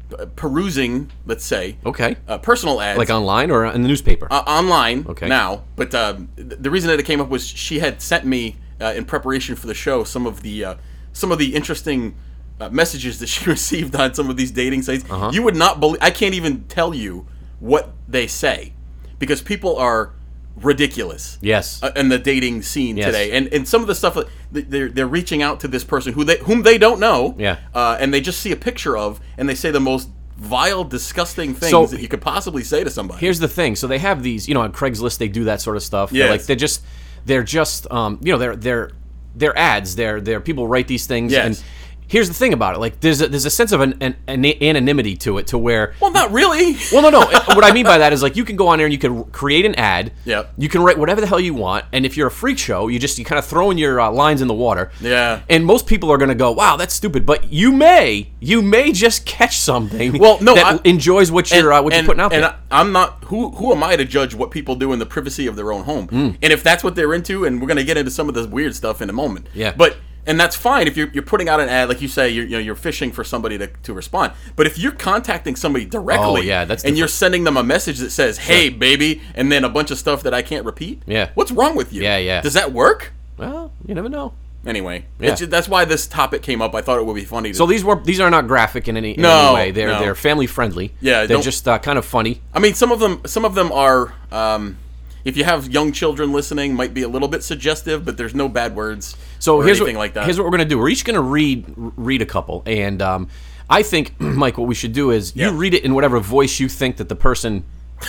Speaker 3: p- perusing, let's say,
Speaker 2: Okay.
Speaker 3: uh, personal ads
Speaker 2: Like online or in the newspaper?
Speaker 3: uh, online
Speaker 2: Okay.
Speaker 3: now. But um, th- the reason that it came up was she had sent me uh, in preparation for the show some of the uh, some of the interesting uh, messages that she received on some of these dating sites.
Speaker 2: Uh-huh.
Speaker 3: You would not believe. I can't even tell you what they say because people are ridiculous.
Speaker 2: yes.
Speaker 3: uh, In the dating scene
Speaker 2: Yes.
Speaker 3: today, and and some of the stuff that th- they're they're reaching out to this person who they whom they don't know,
Speaker 2: Yeah.
Speaker 3: uh, and they just see a picture of, and they say the most vile, disgusting things
Speaker 2: So-
Speaker 3: that you could possibly say to somebody.
Speaker 2: here's the thing. So they have these, you know, on Craigslist they do that sort of stuff. They're
Speaker 3: Yes.
Speaker 2: like they're just they're just um, you know, they're they're they're ads. They're they're people write these things
Speaker 3: Yes.
Speaker 2: and here's the thing about it. Like there's a, there's a sense of an, an, an anonymity to it to where
Speaker 3: Well, not really.
Speaker 2: well, no, no. what I mean by that is like you can go on there and you can create an ad.
Speaker 3: Yep.
Speaker 2: You can write whatever the hell you want, and if you're a freak show, you just you kind of throw in your uh, lines in the water.
Speaker 3: Yeah.
Speaker 2: And most people are gonna go, "Wow, that's stupid," but you may you may just catch something.
Speaker 3: Well, no,
Speaker 2: that
Speaker 3: I-
Speaker 2: enjoys what you're uh, what
Speaker 3: and,
Speaker 2: you're putting out
Speaker 3: and
Speaker 2: there.
Speaker 3: I, I'm not who who am I to judge what people do in the privacy of their own home?
Speaker 2: Hmm.
Speaker 3: And if that's what they're into, and we're gonna get into some of this weird stuff in a moment.
Speaker 2: Yeah.
Speaker 3: But and that's fine if you're, you're putting out an ad, like you say, you're you know you're fishing for somebody to, to respond. But if you're contacting somebody directly,
Speaker 2: Oh, yeah, that's
Speaker 3: and you're sending them a message that says, "Hey, baby," and then a bunch of stuff that I can't repeat.
Speaker 2: Yeah.
Speaker 3: What's wrong with you?
Speaker 2: Yeah, yeah.
Speaker 3: Does that work?
Speaker 2: well, you never know.
Speaker 3: Anyway,
Speaker 2: Yeah.
Speaker 3: it's, that's why this topic came up. I thought it would be funny. To,
Speaker 2: So these were these are not graphic in any, in any
Speaker 3: No,
Speaker 2: way. They're
Speaker 3: no.
Speaker 2: they're family friendly.
Speaker 3: Yeah,
Speaker 2: they're
Speaker 3: don't-
Speaker 2: just uh, kind of funny.
Speaker 3: I mean, some of them, some of them are. Um, if you have young children listening, might be a little bit suggestive, but there's no bad words.
Speaker 2: So
Speaker 3: or
Speaker 2: here's what,
Speaker 3: anything like that.
Speaker 2: here's what we're gonna do. We're each gonna read read a couple, and um, I think Mike, what we should do is
Speaker 3: Yeah.
Speaker 2: you read it in whatever voice you think that the person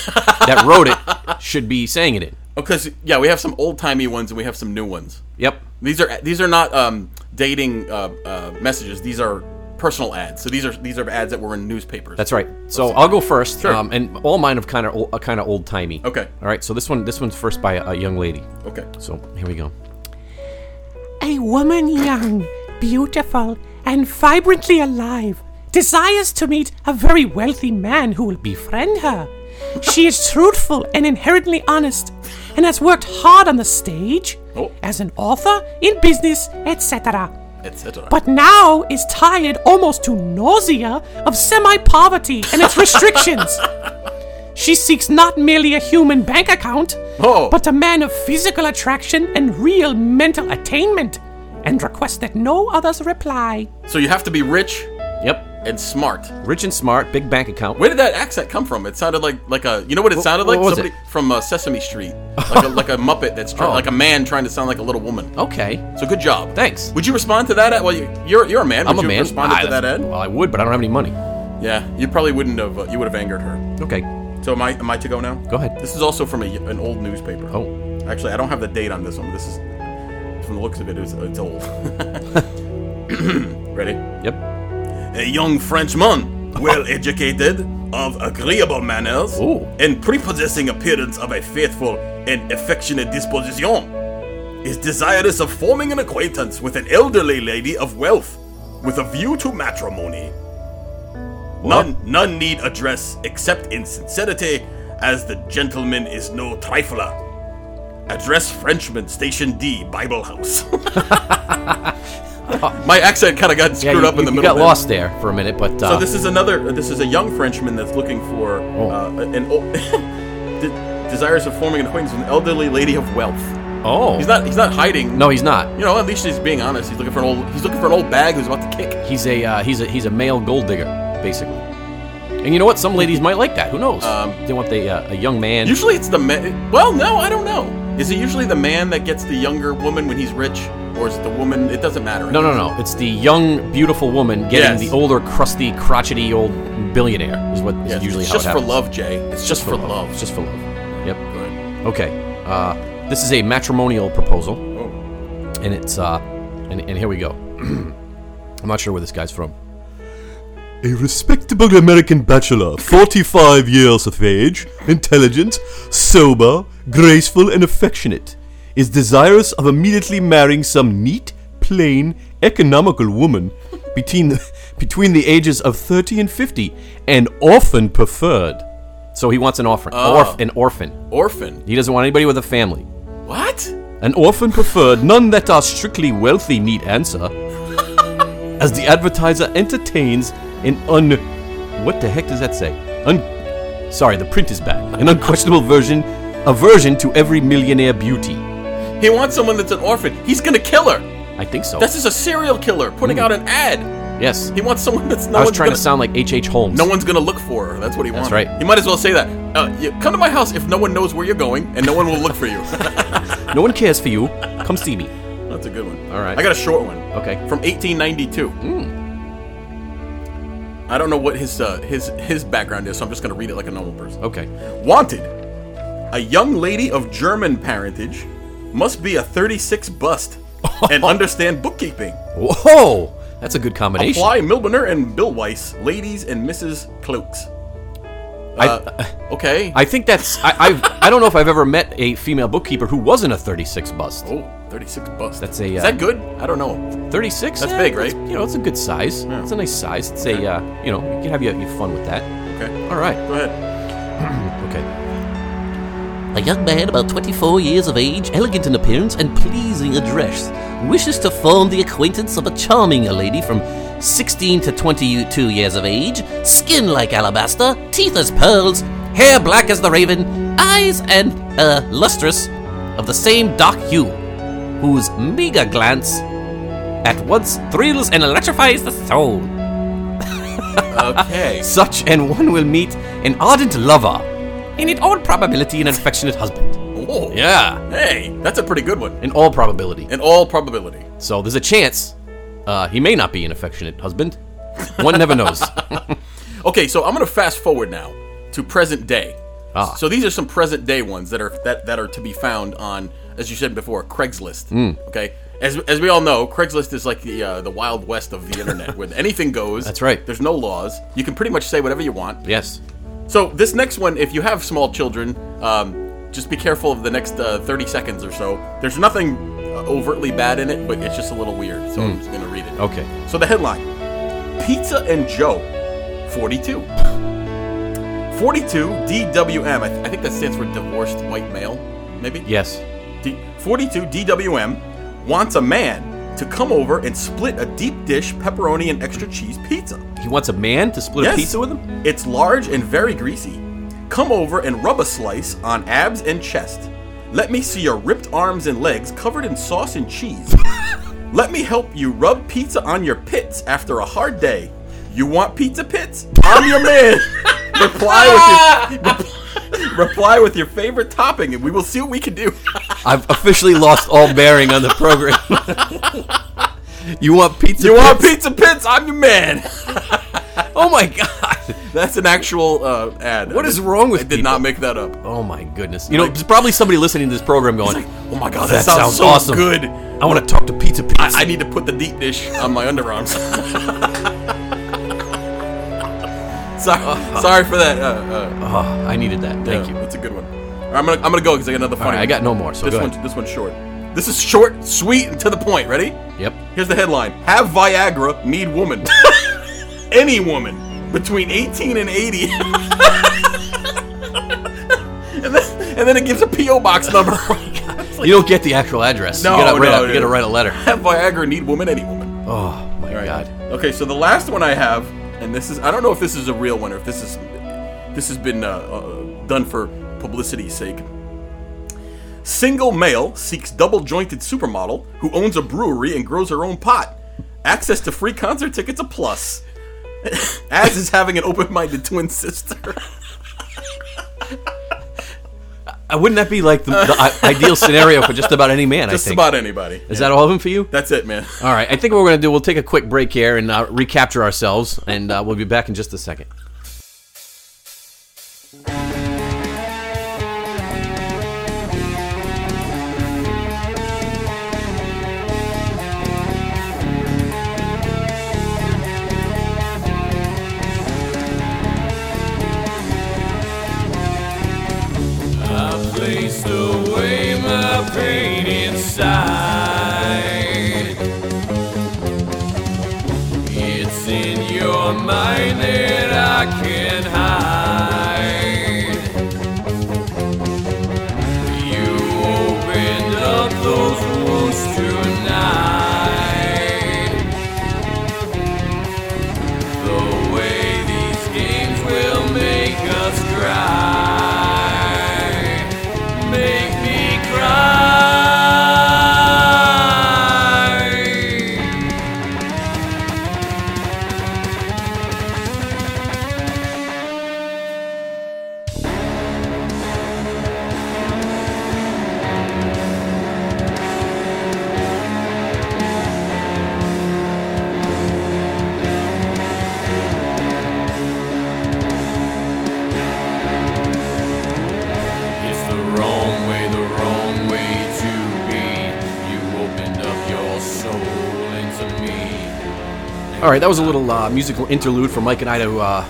Speaker 2: that wrote it should be saying it in.
Speaker 3: because Oh, yeah, we have some old timey ones and we have some new ones.
Speaker 2: Yep.
Speaker 3: These are these are not um, dating uh, uh, messages. These are personal ads. So these are these are ads that were in newspapers.
Speaker 2: That's right. So I'll go first, um, and all mine are kind of uh, kind of old timey.
Speaker 3: Okay.
Speaker 2: All right. So this one this one's first by a, a young lady.
Speaker 3: okay.
Speaker 2: So here we go.
Speaker 4: A woman young, beautiful, and vibrantly alive desires to meet a very wealthy man who will befriend her. She is truthful and inherently honest, and has worked hard on the stage,
Speaker 3: Oh.
Speaker 4: as an author, in business, etc.
Speaker 3: Etc.
Speaker 4: But now is tired almost to nausea of semi poverty and its restrictions. She seeks not merely a human bank account,
Speaker 3: Oh.
Speaker 4: but a man of physical attraction and real mental attainment, and requests that no others reply.
Speaker 3: so you have to be rich
Speaker 2: Yep.
Speaker 3: and smart.
Speaker 2: Rich and smart, big bank account.
Speaker 3: Where did that accent come from? It sounded like like a you know what it sounded like
Speaker 2: what was
Speaker 3: somebody from uh, Sesame Street, like a, like a Muppet that's try-
Speaker 2: Oh.
Speaker 3: like a man trying to sound like a little woman.
Speaker 2: Okay.
Speaker 3: So good job.
Speaker 2: Thanks.
Speaker 3: Would you respond to that? Ad? Well, you- you're you're a man. Would
Speaker 2: I'm a
Speaker 3: you
Speaker 2: man.
Speaker 3: have responded
Speaker 2: I-
Speaker 3: to that ad?
Speaker 2: Well, I would, but I don't have any money.
Speaker 3: Yeah, you probably wouldn't have. Uh, you would have angered her.
Speaker 2: Okay.
Speaker 3: So am I? Am I to go now?
Speaker 2: Go ahead.
Speaker 3: This is also from a, an old newspaper.
Speaker 2: Oh.
Speaker 3: Actually, I don't have the date on this one. This is from the looks of it. It's, it's old. Ready?
Speaker 2: Yep.
Speaker 3: A young Frenchman, well educated, of agreeable manners,
Speaker 2: Ooh.
Speaker 3: and prepossessing appearance of a faithful and affectionate disposition, is desirous of forming an acquaintance with an elderly lady of wealth, with a view to matrimony. None, none need address except in sincerity, as the gentleman is no trifler. Address Frenchman, Station D, Bible House. My accent kind of got
Speaker 2: Yeah,
Speaker 3: screwed
Speaker 2: you,
Speaker 3: up in
Speaker 2: you-
Speaker 3: the
Speaker 2: you
Speaker 3: middle.
Speaker 2: got
Speaker 3: there.
Speaker 2: lost there for a minute, but uh,
Speaker 3: So this is another. This is a young Frenchman that's looking for
Speaker 2: Oh.
Speaker 3: uh, an old, de- desires of forming an acquaintance with an elderly lady of wealth.
Speaker 2: oh,
Speaker 3: He's not. He's not hiding.
Speaker 2: No, he's not.
Speaker 3: You know, at least he's being honest. He's looking for an old. He's looking for an old bag who's about to kick.
Speaker 2: He's a uh, he's a he's a male gold digger, basically. And you know what? Some ladies might like that. Who knows?
Speaker 3: Um,
Speaker 2: they want the, uh, a young man.
Speaker 3: Usually it's the man. Well, no, I don't know. Is it usually the man that gets the younger woman when he's rich, or is it the woman? It doesn't matter.
Speaker 2: no, no, no. It's the young, beautiful woman getting
Speaker 3: Yes.
Speaker 2: the older, crusty, crotchety old billionaire. Is what is
Speaker 3: Yes,
Speaker 2: usually
Speaker 3: it's
Speaker 2: how
Speaker 3: just
Speaker 2: it
Speaker 3: for
Speaker 2: happens.
Speaker 3: love, Jay. It's just, for love.
Speaker 2: It's just for love. Yep.
Speaker 3: Right.
Speaker 2: Okay. Uh, this is a matrimonial proposal,
Speaker 3: Oh.
Speaker 2: and it's uh, and, and here we go. I'm not sure where this guy's from.
Speaker 5: A respectable American bachelor, 45 years of age, intelligent, sober, graceful, and affectionate, is desirous of immediately marrying some neat, plain, economical woman between the, between the ages of 30 and 50, and orphan preferred.
Speaker 2: So he wants an orphan.
Speaker 3: Ah.
Speaker 2: Orf- an orphan.
Speaker 3: Orphan.
Speaker 2: He doesn't want anybody with a family.
Speaker 3: What?
Speaker 5: An orphan preferred, none that are strictly wealthy need answer. As the advertiser entertains an un. What the heck does that say? Un.
Speaker 2: Sorry, the print is back.
Speaker 5: An unquestionable version, aversion to every millionaire beauty.
Speaker 3: He wants someone that's an orphan. He's gonna kill her.
Speaker 2: I think so.
Speaker 3: This is a serial killer putting
Speaker 2: Hmm.
Speaker 3: out an ad.
Speaker 2: yes.
Speaker 3: He wants someone that's no
Speaker 2: I was
Speaker 3: one's
Speaker 2: trying
Speaker 3: gonna,
Speaker 2: to sound like H.H. H. Holmes.
Speaker 3: No one's gonna look for her. That's what he wants.
Speaker 2: right.
Speaker 3: You might as well say that. Uh, you, come to my house if no one knows where you're going, and no one will look for you.
Speaker 2: no one cares for you. Come see me.
Speaker 3: that's a good one.
Speaker 2: All right. Hmm.
Speaker 3: I got a short one.
Speaker 2: Okay.
Speaker 3: From 1892. I don't know what his uh, his his background is, so I'm just gonna read it like a normal person.
Speaker 2: Okay.
Speaker 3: Wanted. A young lady of German parentage must be a 36 bust and understand bookkeeping.
Speaker 2: Whoa! That's a good combination.
Speaker 3: Apply Milburner and Bill Weiss, ladies and Mrs. Cloaks. Uh, okay.
Speaker 2: I think that's. I, I've. I don't know if I've ever met a female bookkeeper who wasn't a 36 bust.
Speaker 3: oh, 36 bust.
Speaker 2: That's a,
Speaker 3: Is
Speaker 2: uh,
Speaker 3: that good? I don't know.
Speaker 2: 36.
Speaker 3: That's
Speaker 2: Eh,
Speaker 3: big, right?
Speaker 2: you know, it's a good size. It's a nice size. It's a. Uh, you know, you can have your, your fun with that.
Speaker 3: Okay.
Speaker 2: All right.
Speaker 3: Go ahead.
Speaker 2: Okay.
Speaker 6: A young man about 24 years of age, elegant in appearance and pleasing address, wishes to form the acquaintance of a charming lady from 16 to 22 years of age, skin like alabaster, teeth as pearls, hair black as the raven, eyes and, uh, lustrous, of the same dark hue, whose meager glance at once thrills and electrifies the soul.
Speaker 3: Okay.
Speaker 2: Such an one will meet an ardent lover, and in all probability, an affectionate husband.
Speaker 3: Whoa.
Speaker 2: Yeah.
Speaker 3: Hey, that's a pretty good one.
Speaker 2: In all probability.
Speaker 3: In all probability.
Speaker 2: So there's a chance uh, he may not be an affectionate husband. One never knows.
Speaker 3: Okay, so I'm gonna fast forward now to present day.
Speaker 2: Ah.
Speaker 3: So these are some present day ones that are that, that are to be found on, as you said before, Craigslist.
Speaker 2: Hmm.
Speaker 3: Okay, as, as we all know, Craigslist is like the uh, the wild west of the internet, where anything goes.
Speaker 2: That's right.
Speaker 3: There's no laws. You can pretty much say whatever you want.
Speaker 2: yes.
Speaker 3: So this next one, if you have small children, um, just be careful of the next uh, 30 seconds or so. There's nothing uh, overtly bad in it, but it's just a little weird. So I'm just gonna read it.
Speaker 2: Hmm. Okay.
Speaker 3: So the headline Pizza and Joe, 42. 42 DWM, I, th- I think that stands for divorced white male, maybe?
Speaker 2: Yes.
Speaker 3: D- 42 DWM wants a man to come over and split a deep dish pepperoni and extra cheese pizza.
Speaker 2: He wants a man to split
Speaker 3: Yes.
Speaker 2: a pizza with him.
Speaker 3: It's large and very greasy. Come over and rub a slice on abs and chest. Let me see your ripped arms and legs covered in sauce and cheese. Let me help you rub pizza on your pits after a hard day. You want pizza pits? I'm your man. reply with your reply with your favorite topping, and we will see what we can do.
Speaker 2: I've officially lost all bearing on the program. you want pizza?
Speaker 3: you want
Speaker 2: pizza?
Speaker 3: pizza pits? I'm your man.
Speaker 2: Oh my god!
Speaker 3: That's an actual uh, ad.
Speaker 2: What
Speaker 3: I
Speaker 2: is
Speaker 3: did-
Speaker 2: wrong with
Speaker 3: I did
Speaker 2: people?
Speaker 3: not make that up.
Speaker 2: Oh my goodness! You know, there's probably somebody listening to this program going,
Speaker 3: Oh my god,
Speaker 2: That
Speaker 3: that, sounds,
Speaker 2: sounds
Speaker 3: so
Speaker 2: awesome.
Speaker 3: good.
Speaker 2: "I want to talk to Pizza Pizza."
Speaker 3: I, I need to put the deep dish on my underarms. sorry, sorry for that. Uh, uh,
Speaker 2: oh, I needed that. Thank you.
Speaker 3: yeah, That's a good one. All right, I'm gonna I'm gonna go because I got another funny.
Speaker 2: All right, I got no more. So
Speaker 3: This
Speaker 2: go
Speaker 3: one's
Speaker 2: ahead.
Speaker 3: this one's short. This is short, sweet, and to the point. Ready?
Speaker 2: Yep.
Speaker 3: Here's the headline: Have Viagra, need woman. Any woman between 18 and 80. and, then, and then it gives a PO box number. Oh
Speaker 2: you don't get the actual address.
Speaker 3: No,
Speaker 2: you gotta write
Speaker 3: no,
Speaker 2: a, you
Speaker 3: no.
Speaker 2: gotta write a letter.
Speaker 3: Have Viagra, need woman. Any woman.
Speaker 2: Oh my
Speaker 3: All right.
Speaker 2: god!
Speaker 3: Okay, so the last one I have, and this is I don't know if this is a real one or if this is this has been uh, uh, done for publicity's sake. Single male seeks double jointed supermodel who owns a brewery and grows her own pot. Access to free concert tickets a plus. As is having an open minded twin sister.
Speaker 2: Uh, wouldn't that be like the, the i- ideal scenario for just about any man? I
Speaker 3: Just
Speaker 2: think.
Speaker 3: about anybody.
Speaker 2: Is that all of them for you?
Speaker 3: That's it, man.
Speaker 2: All right. I think what we're gonna do. We'll take a quick break here and uh, recapture ourselves, and uh, we'll be back in just a second.
Speaker 7: Place away my pain inside. a mind that I can hide. You opened up those wounds tonight. The way these games will make us cry. Make me cry. It's the wrong way, the wrong way to be. You opened up your soul into me.
Speaker 2: All right, that was a little uh, musical interlude for Mike and I to uh,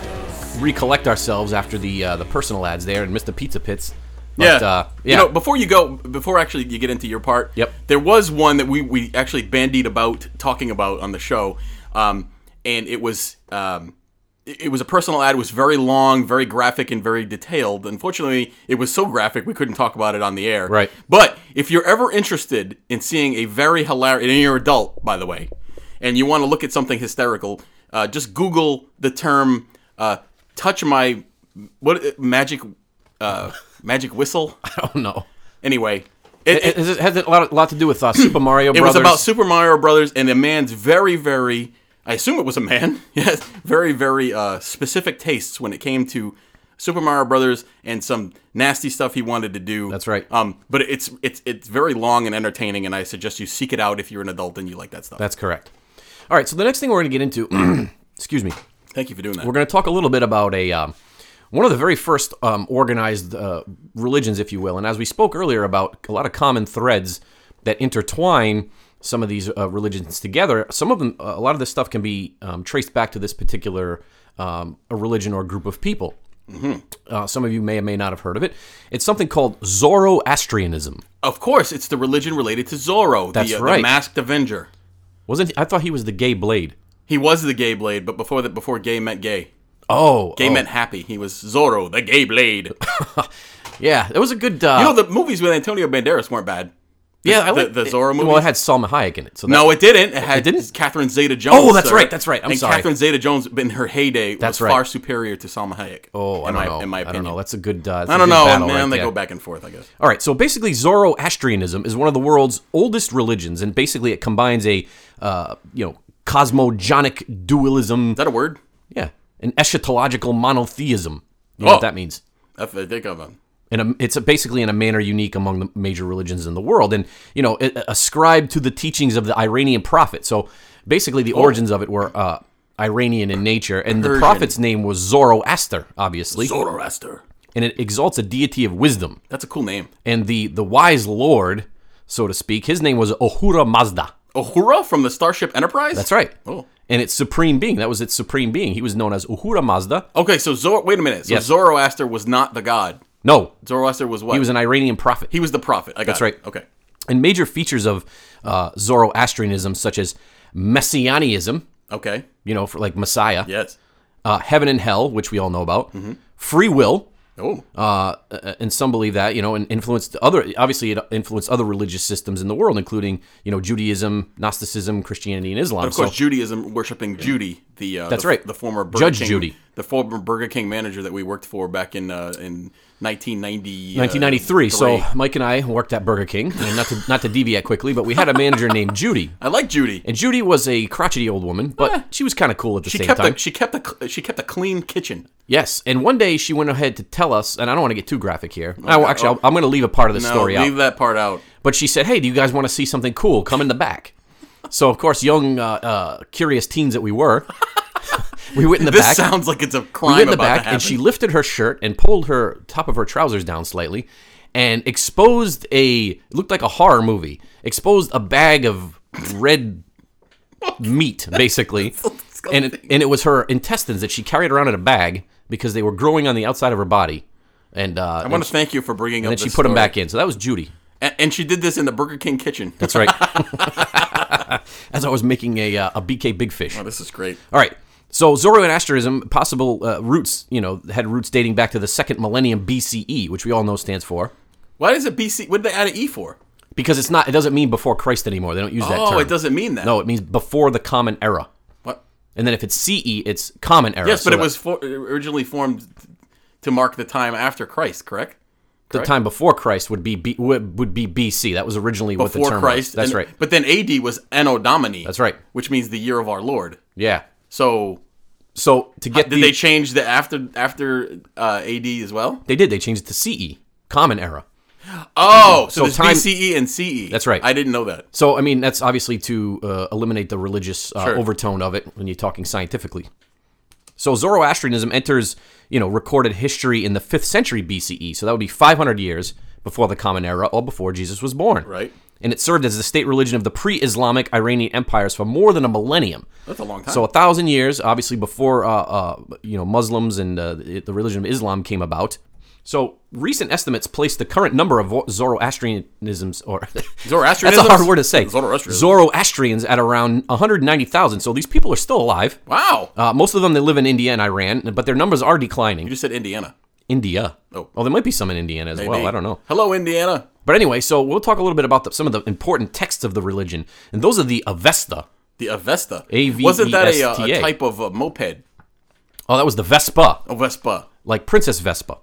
Speaker 2: recollect ourselves after the uh, the personal ads there and Mr. Pizza Pits. But, uh, yeah.
Speaker 3: You know, before you go, before actually you get into your part,
Speaker 2: Yep.
Speaker 3: there was one that we, we actually bandied about talking about on the show. Um, and it was um, it it was a personal ad. It was very long, very graphic, and very detailed. Unfortunately, it was so graphic we couldn't talk about it on the air.
Speaker 2: Right.
Speaker 3: But if you're ever interested in seeing a very hilarious, and you're an adult, by the way, and you want to look at something hysterical, uh, just Google the term uh, "touch my what magic uh, magic whistle."
Speaker 2: oh no.
Speaker 3: Anyway, it,
Speaker 2: It,
Speaker 3: it,
Speaker 2: it, it has a lot, a lot to do with uh, Super Mario
Speaker 3: it
Speaker 2: Brothers.
Speaker 3: was about Super Mario Brothers and a man's very, very, I assume it was a man, yes, very, very uh, specific tastes when it came to Super Mario Brothers and some nasty stuff he wanted to do.
Speaker 2: That's right.
Speaker 3: Um, but it's it's it's very long and entertaining, and I suggest you seek it out if you're an adult and you like that stuff.
Speaker 2: That's correct. All right, so the next thing we're going to get into, excuse me,
Speaker 3: Thank you for doing that.
Speaker 2: we're going to talk a little bit about a um, one of the very first um, organized uh, religions, if you will. And as we spoke earlier about a lot of common threads that intertwine some of these uh, religions together, some of them, a lot of this stuff can be um, traced back to this particular um, a religion or group of people.
Speaker 3: Mm-hmm.
Speaker 2: Uh, some of you may or may not have heard of it. It's something called Zoroastrianism.
Speaker 3: of course, it's the religion related to Zorro,
Speaker 2: That's
Speaker 3: the, uh,
Speaker 2: right.
Speaker 3: the masked Avenger.
Speaker 2: Wasn't I thought he was the gay blade?
Speaker 3: He was the Gay Blade, but before that, before gay meant gay,
Speaker 2: Oh,
Speaker 3: gay
Speaker 2: oh,
Speaker 3: meant happy. He was Zorro, the Gay Blade.
Speaker 2: yeah. It was a good. Uh,
Speaker 3: you know, Oh, the movies with Antonio Banderas weren't bad.
Speaker 2: yeah, I
Speaker 3: the-
Speaker 2: like
Speaker 3: the Zorro
Speaker 2: Well, it
Speaker 3: movies?
Speaker 2: had Salma Hayek in it. So that,
Speaker 3: No, it didn't. It had
Speaker 2: didn't?
Speaker 3: Catherine Zeta-Jones.
Speaker 2: Oh, that's
Speaker 3: sir.
Speaker 2: right, that's right. I'm
Speaker 3: and
Speaker 2: sorry.
Speaker 3: Catherine Zeta-Jones, in her heyday,
Speaker 2: That's
Speaker 3: was
Speaker 2: right.
Speaker 3: far superior to Salma Hayek.
Speaker 2: Oh, I don't
Speaker 3: in my,
Speaker 2: know.
Speaker 3: In my opinion,
Speaker 2: I don't know. That's a good. Uh, that's
Speaker 3: I
Speaker 2: a
Speaker 3: don't
Speaker 2: good
Speaker 3: know. And
Speaker 2: battle
Speaker 3: then
Speaker 2: right
Speaker 3: they
Speaker 2: there.
Speaker 3: go back and forth. I guess.
Speaker 2: All right. So basically, Zoroastrianism is one of the world's oldest religions, and basically, it combines a uh, you know cosmogonic dualism.
Speaker 3: Is that a word?
Speaker 2: yeah, an eschatological monotheism. You know what
Speaker 3: Oh.
Speaker 2: that means.
Speaker 3: I f- I think of them.
Speaker 2: And um, it's basically in a manner unique among the major religions in the world, and you know, it- uh, ascribed to the teachings of the Iranian prophet. So basically, the origins of it were uh, Iranian in nature, and the
Speaker 3: Oh. Persian.
Speaker 2: prophet's name was Zoroaster, obviously,
Speaker 3: Zoroaster.
Speaker 2: and it exalts a deity of wisdom.
Speaker 3: That's a cool name.
Speaker 2: and the the wise lord, so to speak, his name was Ohura Mazda.
Speaker 3: Uhura from the Starship Enterprise.
Speaker 2: That's right.
Speaker 3: Oh.
Speaker 2: And its supreme being, that was its supreme being. He was known as Uhura Mazda.
Speaker 3: Okay, so Zor. Wait a minute. So
Speaker 2: Yes.
Speaker 3: Zoroaster was not the god.
Speaker 2: No,
Speaker 3: Zoroaster was what?
Speaker 2: he was an Iranian prophet.
Speaker 3: He was the prophet. I got
Speaker 2: That's
Speaker 3: it.
Speaker 2: right.
Speaker 3: Okay.
Speaker 2: and major features of uh, Zoroastrianism, such as messianism,
Speaker 3: Okay.
Speaker 2: you know, for like Messiah,
Speaker 3: Yes.
Speaker 2: uh, heaven and hell, which we all know about,
Speaker 3: Mm-hmm.
Speaker 2: free will,
Speaker 3: Oh.
Speaker 2: uh, and some believe that you know, and influenced other. Obviously, it influenced other religious systems in the world, including you know Judaism, Gnosticism, Christianity, and Islam.
Speaker 3: of course,
Speaker 2: So-
Speaker 3: Judaism worshiping Judy, the uh,
Speaker 2: That's
Speaker 3: the,
Speaker 2: right.
Speaker 3: the former Burger
Speaker 2: Judge
Speaker 3: King,
Speaker 2: Judy.
Speaker 3: the former Burger King manager that we worked for back in uh, in 1990, uh,
Speaker 2: 1993.
Speaker 3: three.
Speaker 2: So Mike and I worked at Burger King, and not to not to deviate quickly, but we had a manager named Judy,
Speaker 3: I like Judy.
Speaker 2: and Judy was a crotchety old woman, but she was kind of cool at the
Speaker 3: she
Speaker 2: same
Speaker 3: kept
Speaker 2: time.
Speaker 3: a she kept a cl- she kept a clean kitchen.
Speaker 2: yes, and one day she went ahead to tell us, and I don't want to get too graphic here. I, actually, I'll, I'm going to leave a part of the
Speaker 3: No,
Speaker 2: story out.
Speaker 3: leave that part out.
Speaker 2: But she said, "Hey, do you guys want to see something cool? Come in the back." So of course, young uh, uh, curious teens that we were, we went in the
Speaker 3: This
Speaker 2: back.
Speaker 3: sounds like it's a
Speaker 2: we
Speaker 3: crime
Speaker 2: went in the
Speaker 3: about
Speaker 2: back,
Speaker 3: to
Speaker 2: and she
Speaker 3: happen.
Speaker 2: lifted her shirt and pulled her top of her trousers down slightly, and exposed a looked like a horror movie. Exposed a bag of red meat, basically, and it, and it was her intestines that she carried around in a bag because they were growing on the outside of her body, and uh,
Speaker 3: I
Speaker 2: and,
Speaker 3: want to thank you for bringing up.
Speaker 2: then she put
Speaker 3: this
Speaker 2: them
Speaker 3: story.
Speaker 2: back in. So that was Judy.
Speaker 3: A- and, she did this in the Burger King kitchen.
Speaker 2: That's right. As I was making a, uh, a BK Big Fish.
Speaker 3: Oh, this is great.
Speaker 2: All right. So Zoroastrianism, possible uh, roots, you know, had roots dating back to the second millennium BCE, which we all know stands for
Speaker 3: Why is it BC? What did they add an E for?
Speaker 2: because it's not. It doesn't mean before Christ anymore. They don't use that term.
Speaker 3: Oh, it doesn't mean that.
Speaker 2: No, it means before the Common Era.
Speaker 3: What?
Speaker 2: And then if it's CE, it's Common Era.
Speaker 3: Yes,
Speaker 2: so
Speaker 3: but it
Speaker 2: that-
Speaker 3: was for, originally formed to mark the time after Christ, correct?
Speaker 2: the time before Christ would be B, would, would be BC. That was originally what the
Speaker 3: Before
Speaker 2: term
Speaker 3: Christ.
Speaker 2: was. That's
Speaker 3: and-
Speaker 2: right.
Speaker 3: But then AD was Anno Domini.
Speaker 2: That's right.
Speaker 3: Which means the year of our Lord.
Speaker 2: Yeah.
Speaker 3: So
Speaker 2: So to get
Speaker 3: did
Speaker 2: the,
Speaker 3: they change the after after uh, AD as well?
Speaker 2: they did they changed it to CE, Common Era.
Speaker 3: Oh, so,
Speaker 2: So
Speaker 3: there's
Speaker 2: time-
Speaker 3: BCE and CE.
Speaker 2: That's right.
Speaker 3: I didn't know that.
Speaker 2: So I mean that's obviously to uh, eliminate the religious uh,
Speaker 3: Sure.
Speaker 2: overtone of it when you're talking scientifically. So Zoroastrianism enters you know recorded history in the fifth century BCE. So that would be 500 years before the Common Era or before Jesus was born.
Speaker 3: Right.
Speaker 2: And it served as the state religion of the pre-Islamic Iranian empires for more than a millennium.
Speaker 3: That's a long time.
Speaker 2: So a thousand years, obviously, before uh, uh, you know Muslims and uh, the the religion of Islam came about. So recent estimates place the current number of Zoroastrianisms or
Speaker 3: Zoroastrianisms?
Speaker 2: that's a hard word to say.
Speaker 3: Zoroastrianism.
Speaker 2: Zoroastrians at around 190,000. So these people are still alive.
Speaker 3: wow.
Speaker 2: Uh, most of them they live in India and Iran, but their numbers are declining.
Speaker 3: you just said Indiana.
Speaker 2: India.
Speaker 3: Oh.
Speaker 2: there might be some in Indiana as well.
Speaker 3: Maybe.
Speaker 2: I don't know.
Speaker 3: Hello, Indiana.
Speaker 2: But anyway, so we'll talk a little bit about the, some of the important texts of the religion, and those are the Avesta.
Speaker 3: The Avesta.
Speaker 2: A-V-E-S-T-A.
Speaker 3: Wasn't that a, uh, a type of a moped?
Speaker 2: Oh, that was the Vespa,
Speaker 3: A Vespa
Speaker 2: like Princess Vespa.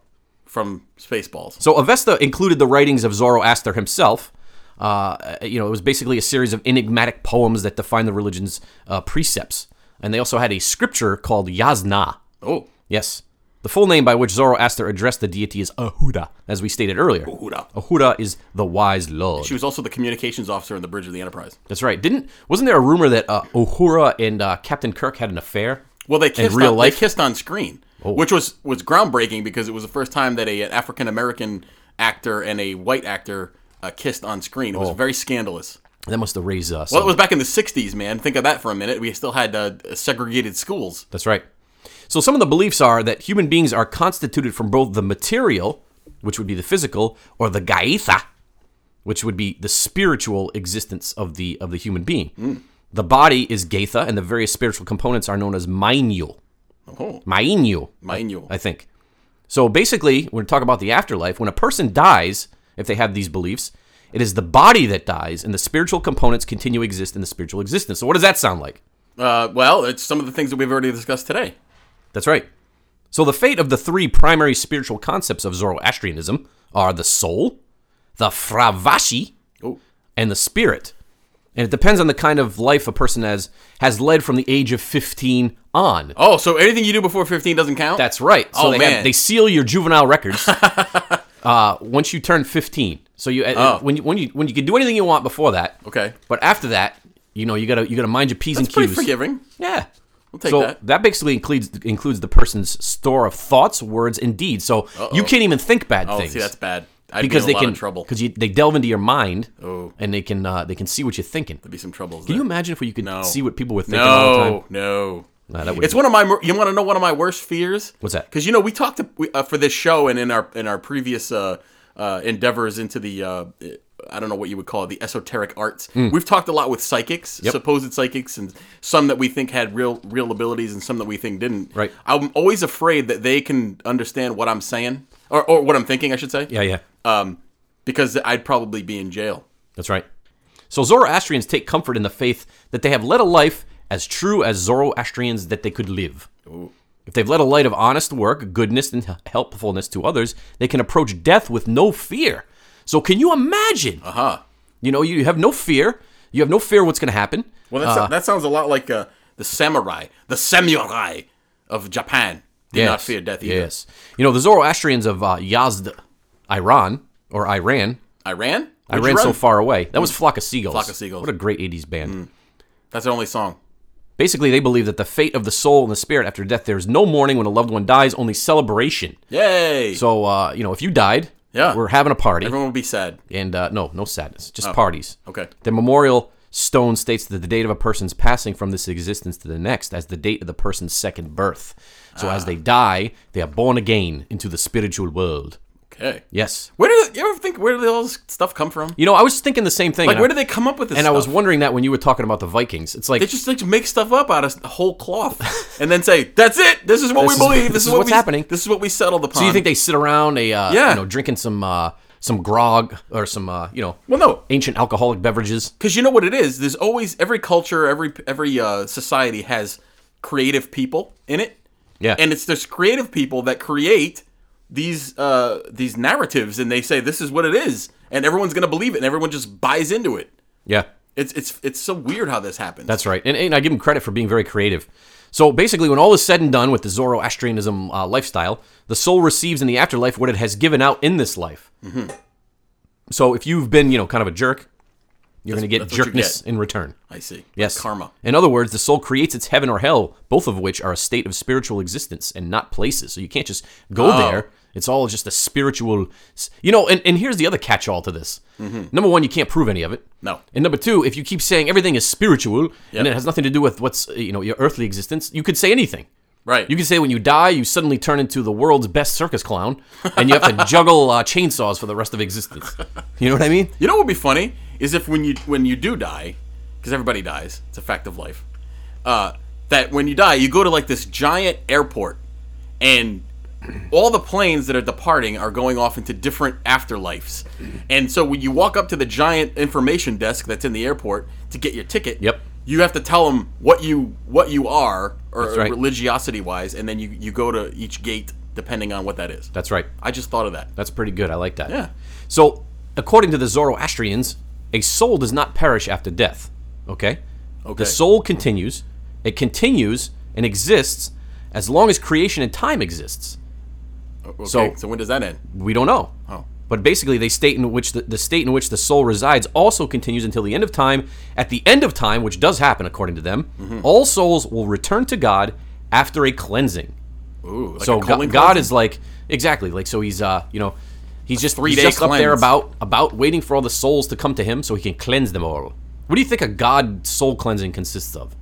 Speaker 3: from Spaceballs.
Speaker 2: So Avesta included the writings of Zoroaster himself. Uh, you know, it was basically a series of enigmatic poems that define the religion's uh, precepts, and they also had a scripture called Yazna.
Speaker 3: Oh,
Speaker 2: Yes, the full name by which Zoroaster addressed the deity is Ahuda, as we stated earlier.
Speaker 3: Ahuda.
Speaker 2: Ahuda is the wise lord.
Speaker 3: she was also the communications officer in the Bridge of the Enterprise.
Speaker 2: That's right. Didn't wasn't there a rumor that uh, Uhura and uh, Captain Kirk had an affair?
Speaker 3: Well, they kissed
Speaker 2: real
Speaker 3: on,
Speaker 2: life? Oh.
Speaker 3: They kissed on screen, which was was groundbreaking because it was the first time that a, an African American actor and a white actor uh, kissed on screen. It
Speaker 2: Oh.
Speaker 3: was very scandalous.
Speaker 2: That must have raised uh, us.
Speaker 3: Well, it was back in the '60s, man. Think of that for a minute. We still had uh, segregated schools.
Speaker 2: That's right. So some of the beliefs are that human beings are constituted from both the material, which would be the physical, or the gaitha, which would be the spiritual existence of the of the human being. The body is gaitha, and the various spiritual components are known as mainyu.
Speaker 3: Oh,
Speaker 2: Mainyu.
Speaker 3: Mainyu.
Speaker 2: I think. So basically, when we talk about the afterlife, when a person dies, if they have these beliefs, it is the body that dies, and the spiritual components continue to exist in the spiritual existence. So what does that sound like?
Speaker 3: uh, well, it's some of the things that we've already discussed today.
Speaker 2: That's right. So the fate of the three primary spiritual concepts of Zoroastrianism are the soul, the fravashi,
Speaker 3: Oh,
Speaker 2: and the spirit. And it depends on the kind of life a person has has led from the age of 15 on.
Speaker 3: oh, so anything you do before 15 doesn't count?
Speaker 2: That's right. So
Speaker 3: Oh,
Speaker 2: they,
Speaker 3: man.
Speaker 2: they seal your juvenile records uh, once you turn 15. So you, uh when you when you when you can do anything you want before that.
Speaker 3: Oh. Okay.
Speaker 2: But after that, you know you gotta you gotta mind your p's
Speaker 3: That's
Speaker 2: and
Speaker 3: pretty
Speaker 2: q's.
Speaker 3: forgiving.
Speaker 2: Yeah. We'll
Speaker 3: take
Speaker 2: so
Speaker 3: that. basically
Speaker 2: basically includes includes the person's store of thoughts, words, and deeds. So you can't even think bad
Speaker 3: oh,
Speaker 2: things
Speaker 3: see, that's bad. I'd
Speaker 2: because
Speaker 3: be
Speaker 2: they
Speaker 3: in a lot
Speaker 2: can
Speaker 3: of trouble. Oh.
Speaker 2: because they delve into your mind and they can uh, they can see what you're thinking.
Speaker 3: be some troubles.
Speaker 2: Can you
Speaker 3: there.
Speaker 2: imagine if you could
Speaker 3: No.
Speaker 2: see what people were thinking all the time?
Speaker 3: No, no.
Speaker 2: that would
Speaker 3: it's one of my. You want to know one of my worst fears?
Speaker 2: What's that?
Speaker 3: Because you know we talked to, we, uh, for this show and in our in our previous uh, uh, endeavors into the uh, I don't know what you would call it, the esoteric arts.
Speaker 2: Hmm.
Speaker 3: We've talked a lot with psychics, supposed psychics, and some that we think had real real abilities and some that we think didn't.
Speaker 2: Right.
Speaker 3: I'm always afraid that they can understand what I'm saying or, or what I'm thinking. I should say.
Speaker 2: Yeah, yeah.
Speaker 3: Um, because I'd probably be in jail.
Speaker 2: That's right. So Zoroastrians take comfort in the faith that they have led a life as true as Zoroastrians that they could live. If they've led a life of honest work, goodness, and h- helpfulness to others, they can approach death with no fear. So can you imagine? Uh
Speaker 3: Uh-huh.
Speaker 2: huh. You know, you have no fear. You have no fear what's going to happen.
Speaker 3: Well, that's, that sounds a lot like uh, the samurai, the samurai of Japan. Did not fear death either.
Speaker 2: Yes. You know, the Zoroastrians of uh, Yazd, Iran, or Iran,
Speaker 3: Iran?
Speaker 2: I
Speaker 3: Where'd you
Speaker 2: ran so
Speaker 3: run?
Speaker 2: far away. That was Flock of Seagulls.
Speaker 3: Flock of Seagulls.
Speaker 2: What a great 80s band.
Speaker 3: That's the only song.
Speaker 2: Basically, they believe that the fate of the soul and the spirit after death, there's no mourning when a loved one dies, only celebration.
Speaker 3: Yay!
Speaker 2: So, uh, you know, if you died,
Speaker 3: Yeah.
Speaker 2: we're having a party.
Speaker 3: Everyone will be sad.
Speaker 2: and uh, no, no sadness, just parties.
Speaker 3: Okay.
Speaker 2: The memorial stone states that the date of a person's passing from this existence to the next as the date of the
Speaker 3: Ah.
Speaker 2: person's second birth. So, as they die, they are born again into the spiritual world.
Speaker 3: Okay.
Speaker 2: Yes.
Speaker 3: Where do you ever think where did all this stuff come from?
Speaker 2: You know, I was thinking the same thing.
Speaker 3: like,
Speaker 2: and
Speaker 3: where
Speaker 2: I,
Speaker 3: did they come up with this?
Speaker 2: and I
Speaker 3: stuff?
Speaker 2: was wondering that when you were talking about the Vikings. It's like
Speaker 3: They just like to make stuff up out of whole cloth and then say, "That's it. This is what
Speaker 2: This
Speaker 3: we
Speaker 2: is-
Speaker 3: believe.
Speaker 2: this
Speaker 3: This,
Speaker 2: is
Speaker 3: is, what
Speaker 2: what's
Speaker 3: we,
Speaker 2: happening."
Speaker 3: This is what we settled upon."
Speaker 2: So you think they sit around, they uh,
Speaker 3: Yeah.
Speaker 2: you know, drinking some uh, some grog or some uh, you know,
Speaker 3: Well, no,
Speaker 2: ancient alcoholic beverages?
Speaker 3: because you know what it is. There's always every culture, every every uh, society has creative people in it.
Speaker 2: Yeah.
Speaker 3: and it's those creative people that create these uh, these narratives, and they say this is what it is, and everyone's gonna believe it, and everyone just buys into it.
Speaker 2: Yeah,
Speaker 3: It's it's it's so weird how this happens.
Speaker 2: that's right. And, and I give them credit for being very creative. So basically, when all is said and done with the Zoroastrianism uh, lifestyle, the soul receives in the afterlife what it has given out in this life.
Speaker 3: Mm-hmm.
Speaker 2: So if you've been, you know, kind of a jerk, you're going to get
Speaker 3: that's what you
Speaker 2: jerkness
Speaker 3: get.
Speaker 2: in return.
Speaker 3: I see.
Speaker 2: Yes.
Speaker 3: karma.
Speaker 2: In other words, the soul creates its heaven or hell, both of which are a state of spiritual existence and not places. So you can't just go
Speaker 3: Oh.
Speaker 2: there. It's all just a spiritual. You know, and, and here's the other catch all to this. Number one, you can't prove any of it.
Speaker 3: Mm-hmm. No.
Speaker 2: And number two, if you keep saying everything is spiritual and
Speaker 3: Yep.
Speaker 2: it has nothing to do with what's, uh, you know, your earthly existence, you could say anything.
Speaker 3: Right.
Speaker 2: You could say when you die, you suddenly turn into the world's best circus clown and you have to juggle uh, chainsaws for the rest of existence. You know what I mean?
Speaker 3: You know what would be funny is if when you when you do die, because everybody dies, it's a fact of life. Uh, that when you die, you go to like this giant airport, and all the planes that are departing are going off into different afterlives. And so when you walk up to the giant information desk that's in the airport to get your ticket,
Speaker 2: Yep.
Speaker 3: you have to tell them what you what you are or
Speaker 2: right.
Speaker 3: religiosity wise, and then you you go to each gate depending on what that is.
Speaker 2: That's right.
Speaker 3: I just thought of that.
Speaker 2: That's pretty good. I like that.
Speaker 3: Yeah.
Speaker 2: So, according to the Zoroastrians, a soul does not perish after death. Okay?
Speaker 3: Okay.
Speaker 2: The soul continues. It continues and exists as long as creation and time exists.
Speaker 3: Okay,
Speaker 2: So-
Speaker 3: so when does that end?
Speaker 2: We don't know.
Speaker 3: Oh.
Speaker 2: But basically, they state in which the, the state in which the soul resides also continues until the end of time. At the end of time, which does happen according to them,
Speaker 3: Mm-hmm.
Speaker 2: all souls will return to God after a cleansing.
Speaker 3: Ooh, like
Speaker 2: so
Speaker 3: a
Speaker 2: God,
Speaker 3: colon
Speaker 2: God
Speaker 3: cleanse?
Speaker 2: is like exactly like so he's uh you know he's just he's
Speaker 3: three-day
Speaker 2: just up there
Speaker 3: cleanse.
Speaker 2: about about waiting for all the souls to come to him so he can cleanse them all. What do you think a God soul cleansing consists of?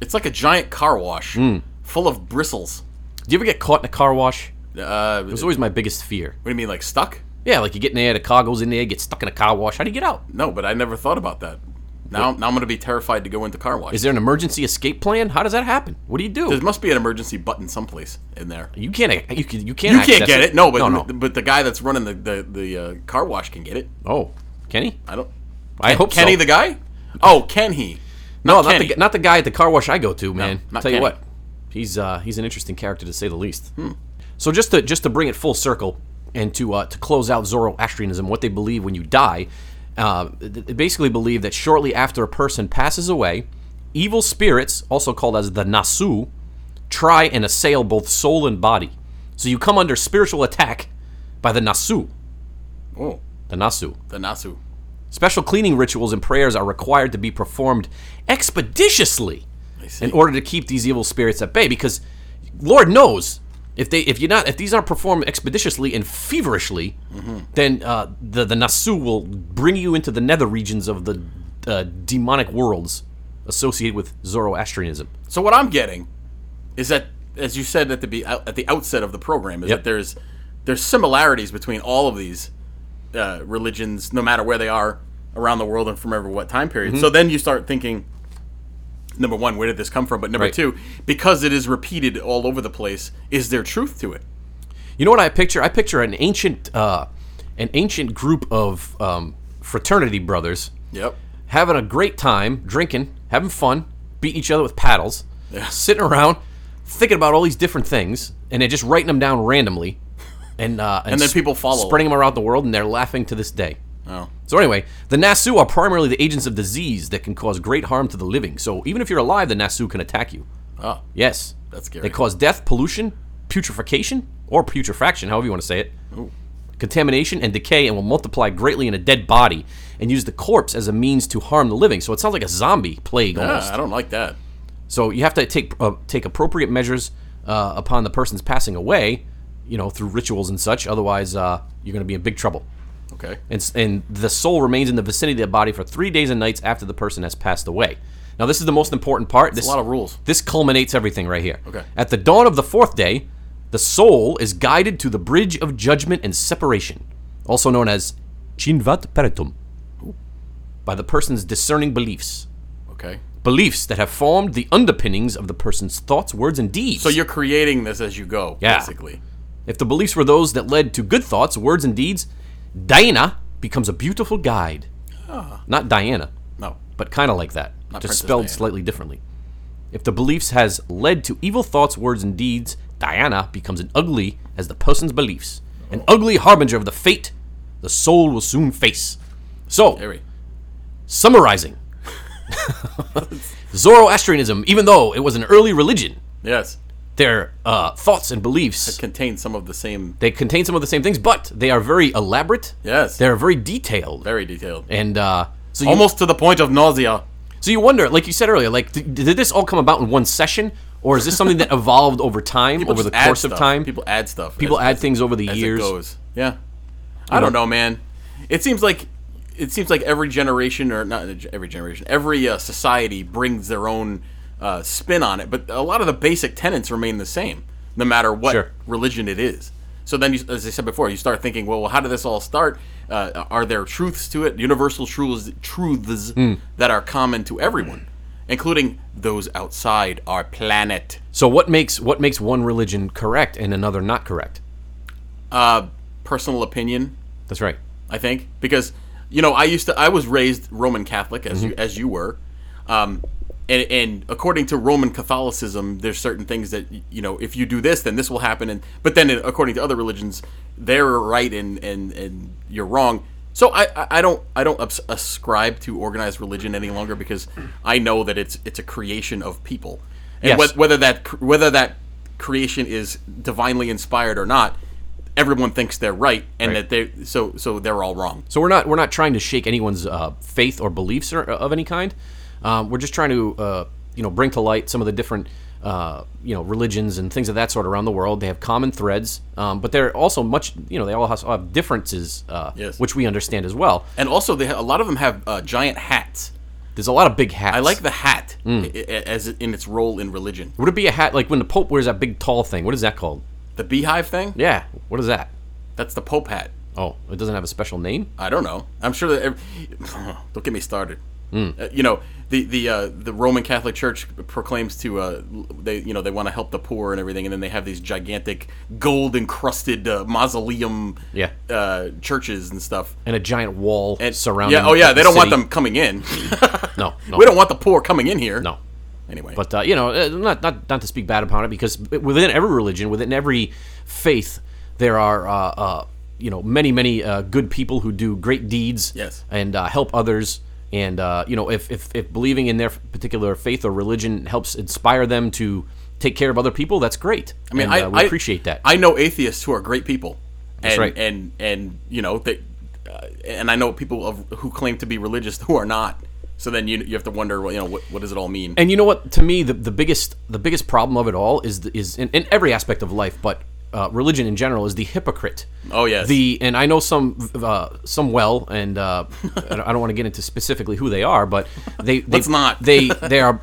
Speaker 3: It's like a giant car wash
Speaker 2: Hmm.
Speaker 3: full of bristles.
Speaker 2: Do you ever get caught in a car wash?
Speaker 3: Uh,
Speaker 2: It was
Speaker 3: what
Speaker 2: always my biggest fear.
Speaker 3: do you mean, like stuck?
Speaker 2: Yeah, like you get in there, the car goes in there, get stuck in a car wash. How do you get out?
Speaker 3: No, but I never thought about that. Now, now I'm going to be terrified to go into car wash.
Speaker 2: Is there an emergency escape plan? How does that happen? What do you do?
Speaker 3: there must be an emergency button someplace in there.
Speaker 2: you can't. You, can, you can't.
Speaker 3: You
Speaker 2: access
Speaker 3: can't get it. No, but
Speaker 2: no, no.
Speaker 3: but the guy that's running the the, the uh, car wash can get it.
Speaker 2: oh, Kenny.
Speaker 3: I don't.
Speaker 2: I hope
Speaker 3: Kenny
Speaker 2: so.
Speaker 3: the guy? Oh, can he?
Speaker 2: no, not
Speaker 3: Kenny.
Speaker 2: the not the guy at the car wash I go to, man.
Speaker 3: not
Speaker 2: Tell you
Speaker 3: Kenny. Hmm.
Speaker 2: what, he's uh, he's an interesting character to say the least. So just to just to bring it full circle and to uh, to close out Zoroastrianism, what they believe when you die, uh, th- they basically believe that shortly after a person passes away, evil spirits, also called as the Nasu, try and assail both soul and body. So you come under spiritual attack by the Nasu,
Speaker 3: Oh,
Speaker 2: the Nasu.
Speaker 3: the Nasu.
Speaker 2: Special cleaning rituals and prayers are required to be performed expeditiously in order to keep these evil spirits at bay because Lord knows if they if you're not if these aren't performed expeditiously and feverishly then uh, the the Nasu will bring you into the nether regions of the uh, demonic worlds associated with Zoroastrianism.
Speaker 3: So what I'm getting is that, as you said at the be, at the outset of the program, is
Speaker 2: Yep.
Speaker 3: that there's there's similarities between all of these uh, religions, no matter where they are around the world and from ever what time
Speaker 2: Mm-hmm.
Speaker 3: period. So then you start thinking, number one, where did this come from? But number
Speaker 2: Right.
Speaker 3: two, because it is repeated all over the place, is there truth to it?
Speaker 2: You know what I picture? I picture an ancient uh, an ancient group of um, fraternity brothers
Speaker 3: Yep.
Speaker 2: having a great time, drinking, having fun, beating each other with paddles, sitting around, thinking about all these different things, and then just writing them down randomly, and uh,
Speaker 3: And then
Speaker 2: s-
Speaker 3: people follow.
Speaker 2: spreading them around the world, and they're laughing to this day.
Speaker 3: Oh.
Speaker 2: So anyway, the Nasu are primarily the agents of disease that can cause great harm to the living. So even if you're alive, the Nasu can attack you.
Speaker 3: Oh.
Speaker 2: Yes,
Speaker 3: That's scary.
Speaker 2: They cause death, pollution, putrefaction, or putrefaction, however you want to say it. Contamination and decay, and will multiply greatly in a dead body, and use the corpse as a means to harm the living. So it sounds like a zombie plague
Speaker 3: Ah,
Speaker 2: almost.
Speaker 3: I don't like that.
Speaker 2: So you have to take uh, take appropriate measures uh, upon the person's passing away, you know, through rituals and such. Otherwise, uh, you're going to be in big trouble.
Speaker 3: Okay.
Speaker 2: And, s- and the soul remains in the vicinity of the body for three days and nights after the person has passed away. Now, this is the most important part. This
Speaker 3: a lot of rules.
Speaker 2: This culminates everything right here.
Speaker 3: Okay.
Speaker 2: At the dawn of the fourth day, The soul is guided to the bridge of judgment and separation, also known as Chinvat Peritum, by the person's discerning beliefs.
Speaker 3: Okay.
Speaker 2: Beliefs that have formed the underpinnings of the person's thoughts, words, and deeds.
Speaker 3: So you're creating this as you go,
Speaker 2: Yeah.
Speaker 3: basically.
Speaker 2: If the beliefs were those that led to good thoughts, words, and deeds, Diana becomes a beautiful guide.
Speaker 3: Ah.
Speaker 2: Not Diana,
Speaker 3: No.
Speaker 2: but kind of like that,
Speaker 3: Not
Speaker 2: just
Speaker 3: Princess
Speaker 2: spelled
Speaker 3: Diana.
Speaker 2: slightly differently. If the beliefs has led to evil thoughts, words, and deeds, Diana becomes an ugly as the person's beliefs, an
Speaker 3: Oh.
Speaker 2: ugly harbinger of the fate the soul will soon face. So,
Speaker 3: There we
Speaker 2: summarizing Zoroastrianism, even though it was an early religion,
Speaker 3: Yes.
Speaker 2: their uh, thoughts and beliefs
Speaker 3: Contains some of the same.
Speaker 2: they contain some of the same things, but they are very elaborate.
Speaker 3: Yes.
Speaker 2: They're very detailed.
Speaker 3: very detailed.
Speaker 2: and uh, so you,
Speaker 3: Almost to the point of nausea.
Speaker 2: so you wonder, like you said earlier, like th- did this all come about in one session, or is this something that evolved over time,
Speaker 3: People
Speaker 2: over the
Speaker 3: just add
Speaker 2: course of
Speaker 3: stuff.
Speaker 2: time?
Speaker 3: People add stuff.
Speaker 2: People
Speaker 3: as-
Speaker 2: add
Speaker 3: as-
Speaker 2: things over the
Speaker 3: as
Speaker 2: years.
Speaker 3: It goes. Yeah. I don't know, man. It seems like it seems like every generation, or not every generation, every uh, society brings their own uh, spin on it, but a lot of the basic tenets remain the same, no matter what
Speaker 2: Sure.
Speaker 3: religion it is. So then, you, as I said before, you start thinking, well, well how did this all start? Uh, are there truths to it? Universal truths, truths
Speaker 2: Hmm.
Speaker 3: that are common to everyone, including those outside our planet.
Speaker 2: So what makes what makes one religion correct and another not correct?
Speaker 3: Uh, personal opinion,
Speaker 2: That's right.
Speaker 3: I think, because you know I used to I was raised Roman Catholic as you as you were, um, and and according to Roman Catholicism, there's certain things that y- you know if you do this, then this will happen, and but then according to other religions, they're right and and and you're wrong. So I, I- I don't I don't abs- ascribe to organized religion any longer because I know that it's it's a creation of people, and
Speaker 2: Yes.
Speaker 3: whe- whether that cr- whether that creation is divinely inspired or not, everyone thinks they're right and
Speaker 2: Right.
Speaker 3: that they so so they're all wrong.
Speaker 2: So we're not we're not trying to shake anyone's uh, faith or beliefs or, uh, of any kind. Um, we're just trying to uh, you know bring to light some of the different uh, you know religions and things of that sort around the world. They have common threads, um, but they're also much you know they all has- have differences, uh,
Speaker 3: Yes.
Speaker 2: which we understand as well.
Speaker 3: And also, they ha- a lot of them have uh, giant hats.
Speaker 2: There's a lot of big hats.
Speaker 3: I like the hat
Speaker 2: Mm.
Speaker 3: i- i- as in its role in religion.
Speaker 2: Would it be a hat like when the Pope wears that big tall thing? What is that called?
Speaker 3: The beehive thing?
Speaker 2: Yeah, what is that?
Speaker 3: That's the Pope hat.
Speaker 2: Oh, it doesn't have a special name.
Speaker 3: I don't know. I'm sure that every, don't get me started.
Speaker 2: Hmm.
Speaker 3: Uh, you know the the uh, the Roman Catholic Church proclaims to uh, l- they you know they want to help the poor and everything, and then they have these gigantic gold encrusted uh, mausoleum
Speaker 2: Yeah.
Speaker 3: uh, churches and stuff.
Speaker 2: And a giant wall
Speaker 3: And
Speaker 2: surrounding.
Speaker 3: yeah, oh yeah, they don't want
Speaker 2: city.
Speaker 3: them coming in.
Speaker 2: No, no,
Speaker 3: we don't want the poor coming in here.
Speaker 2: No,
Speaker 3: Anyway,
Speaker 2: But uh, you know, uh, not, not not to speak bad upon it, because within every religion, within every faith, there are uh, uh, you know many many uh, good people who do great deeds
Speaker 3: Yes.
Speaker 2: and uh, help others. And uh, you know, if, if if believing in their particular faith or religion helps inspire them to take care of other people, that's great.
Speaker 3: I mean,
Speaker 2: and,
Speaker 3: I,
Speaker 2: uh, we
Speaker 3: I-
Speaker 2: appreciate that.
Speaker 3: I know atheists who are great people. and,
Speaker 2: right.
Speaker 3: And and you know they, uh, and I know people of, who claim to be religious who are not. So then you you have to wonder, well, you know, what, what does it all mean?
Speaker 2: and you know what? To me, the, the biggest the biggest problem of it all is the, is in, in every aspect of life, but uh, religion in general is the hypocrite.
Speaker 3: Oh, yes.
Speaker 2: The and I know some uh, some well, and uh, I don't want to get into specifically who they are, but they they
Speaker 3: Let's not.
Speaker 2: they they are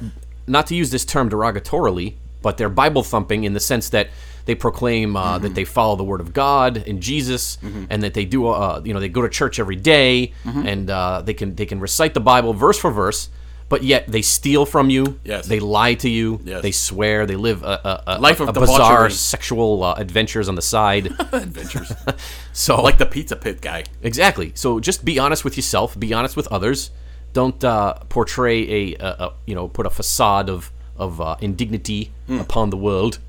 Speaker 2: not to use this term derogatorily, but they're Bible thumping in the sense that they proclaim uh, that they follow the Word of God and Jesus,
Speaker 3: Mm-hmm.
Speaker 2: and that they do uh, you know they go to church every day, and uh, they can they can recite the Bible verse for verse. But yet they steal from you.
Speaker 3: Yes.
Speaker 2: They lie to you.
Speaker 3: Yes.
Speaker 2: They swear. They live a, a, a
Speaker 3: Life of
Speaker 2: a bizarre
Speaker 3: debauchery.
Speaker 2: sexual uh, adventures on the side.
Speaker 3: Adventures,
Speaker 2: so
Speaker 3: like the pizza pit guy.
Speaker 2: Exactly. So just be honest with yourself. Be honest with others. Don't uh, portray a, a, a you know put a facade of of uh, indignity upon the world.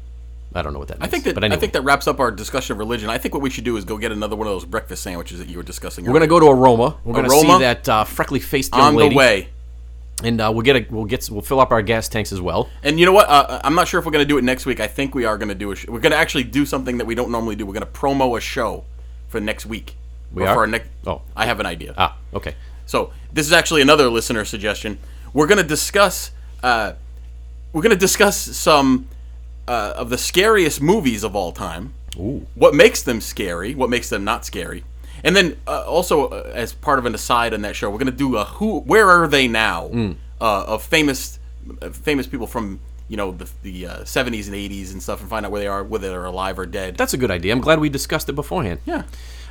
Speaker 2: I don't know what that means.
Speaker 3: Hmm. I think that
Speaker 2: but anyway,
Speaker 3: I think that wraps up our discussion of religion. I think what we should do is go get another one of those breakfast sandwiches that you were discussing.
Speaker 2: we're gonna go to Aroma. We're gonna
Speaker 3: Aroma?
Speaker 2: see that uh, freckly faced young
Speaker 3: on
Speaker 2: lady,
Speaker 3: the way.
Speaker 2: and uh, we'll get a, we'll get we'll fill up our gas tanks as well.
Speaker 3: And you know what? Uh, I'm not sure if we're going to do it next week. I think we are going to do a sh- we're going to actually do something that we don't normally do. We're going to promo a show for next week.
Speaker 2: We
Speaker 3: Or
Speaker 2: are?
Speaker 3: for our next.
Speaker 2: Oh.
Speaker 3: I have an idea.
Speaker 2: Ah, okay.
Speaker 3: So this is actually another listener suggestion. We're going to discuss uh, we're going to discuss some uh, of the scariest movies of all time. What makes them scary? What makes them not scary? And then uh, also uh, as part of an aside on that
Speaker 2: Mm.
Speaker 3: show, we're going to do a who where are they now uh, of famous uh, famous people from you know the, the uh, 70s and 80s and stuff and find out where they are, whether they're alive or dead.
Speaker 2: That's a good idea. I'm glad we discussed it beforehand.
Speaker 3: yeah.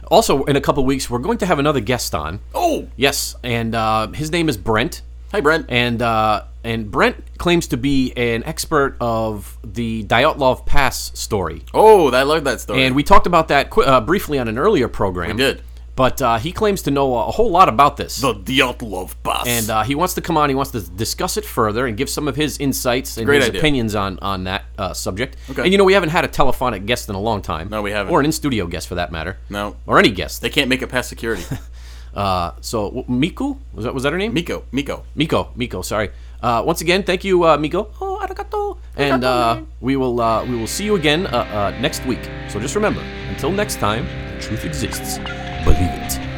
Speaker 2: Also, in a couple weeks, we're going to have another guest on.
Speaker 3: Oh,
Speaker 2: Yes, and uh, his name is Brent,
Speaker 3: hi Brent.
Speaker 2: and uh, and Brent claims to be an expert of the Dyatlov Pass story.
Speaker 3: oh, I love that story.
Speaker 2: And we talked about that qu- uh, briefly on an earlier program.
Speaker 3: We did.
Speaker 2: But uh, he claims to know a whole lot about this.
Speaker 3: the Dyatlov Pass.
Speaker 2: and uh, he wants to come on. He wants to discuss it further and give some of his insights and
Speaker 3: Great
Speaker 2: his
Speaker 3: idea.
Speaker 2: opinions on on that uh, subject.
Speaker 3: Okay.
Speaker 2: And you know, we haven't had a telephonic guest in a long time.
Speaker 3: No, we haven't.
Speaker 2: Or an in studio guest for that matter.
Speaker 3: No.
Speaker 2: Or any guest.
Speaker 3: they can't make it past security.
Speaker 2: Uh, so w- Miku was that was that her name?
Speaker 3: Miko, Miko.
Speaker 2: Miko. Miko. Sorry. Uh, once again, thank you, uh, Miko. Oh, arigato. And uh, we will uh, we will see you again uh, uh, next week. So just remember, until next time, the truth exists. Believe it.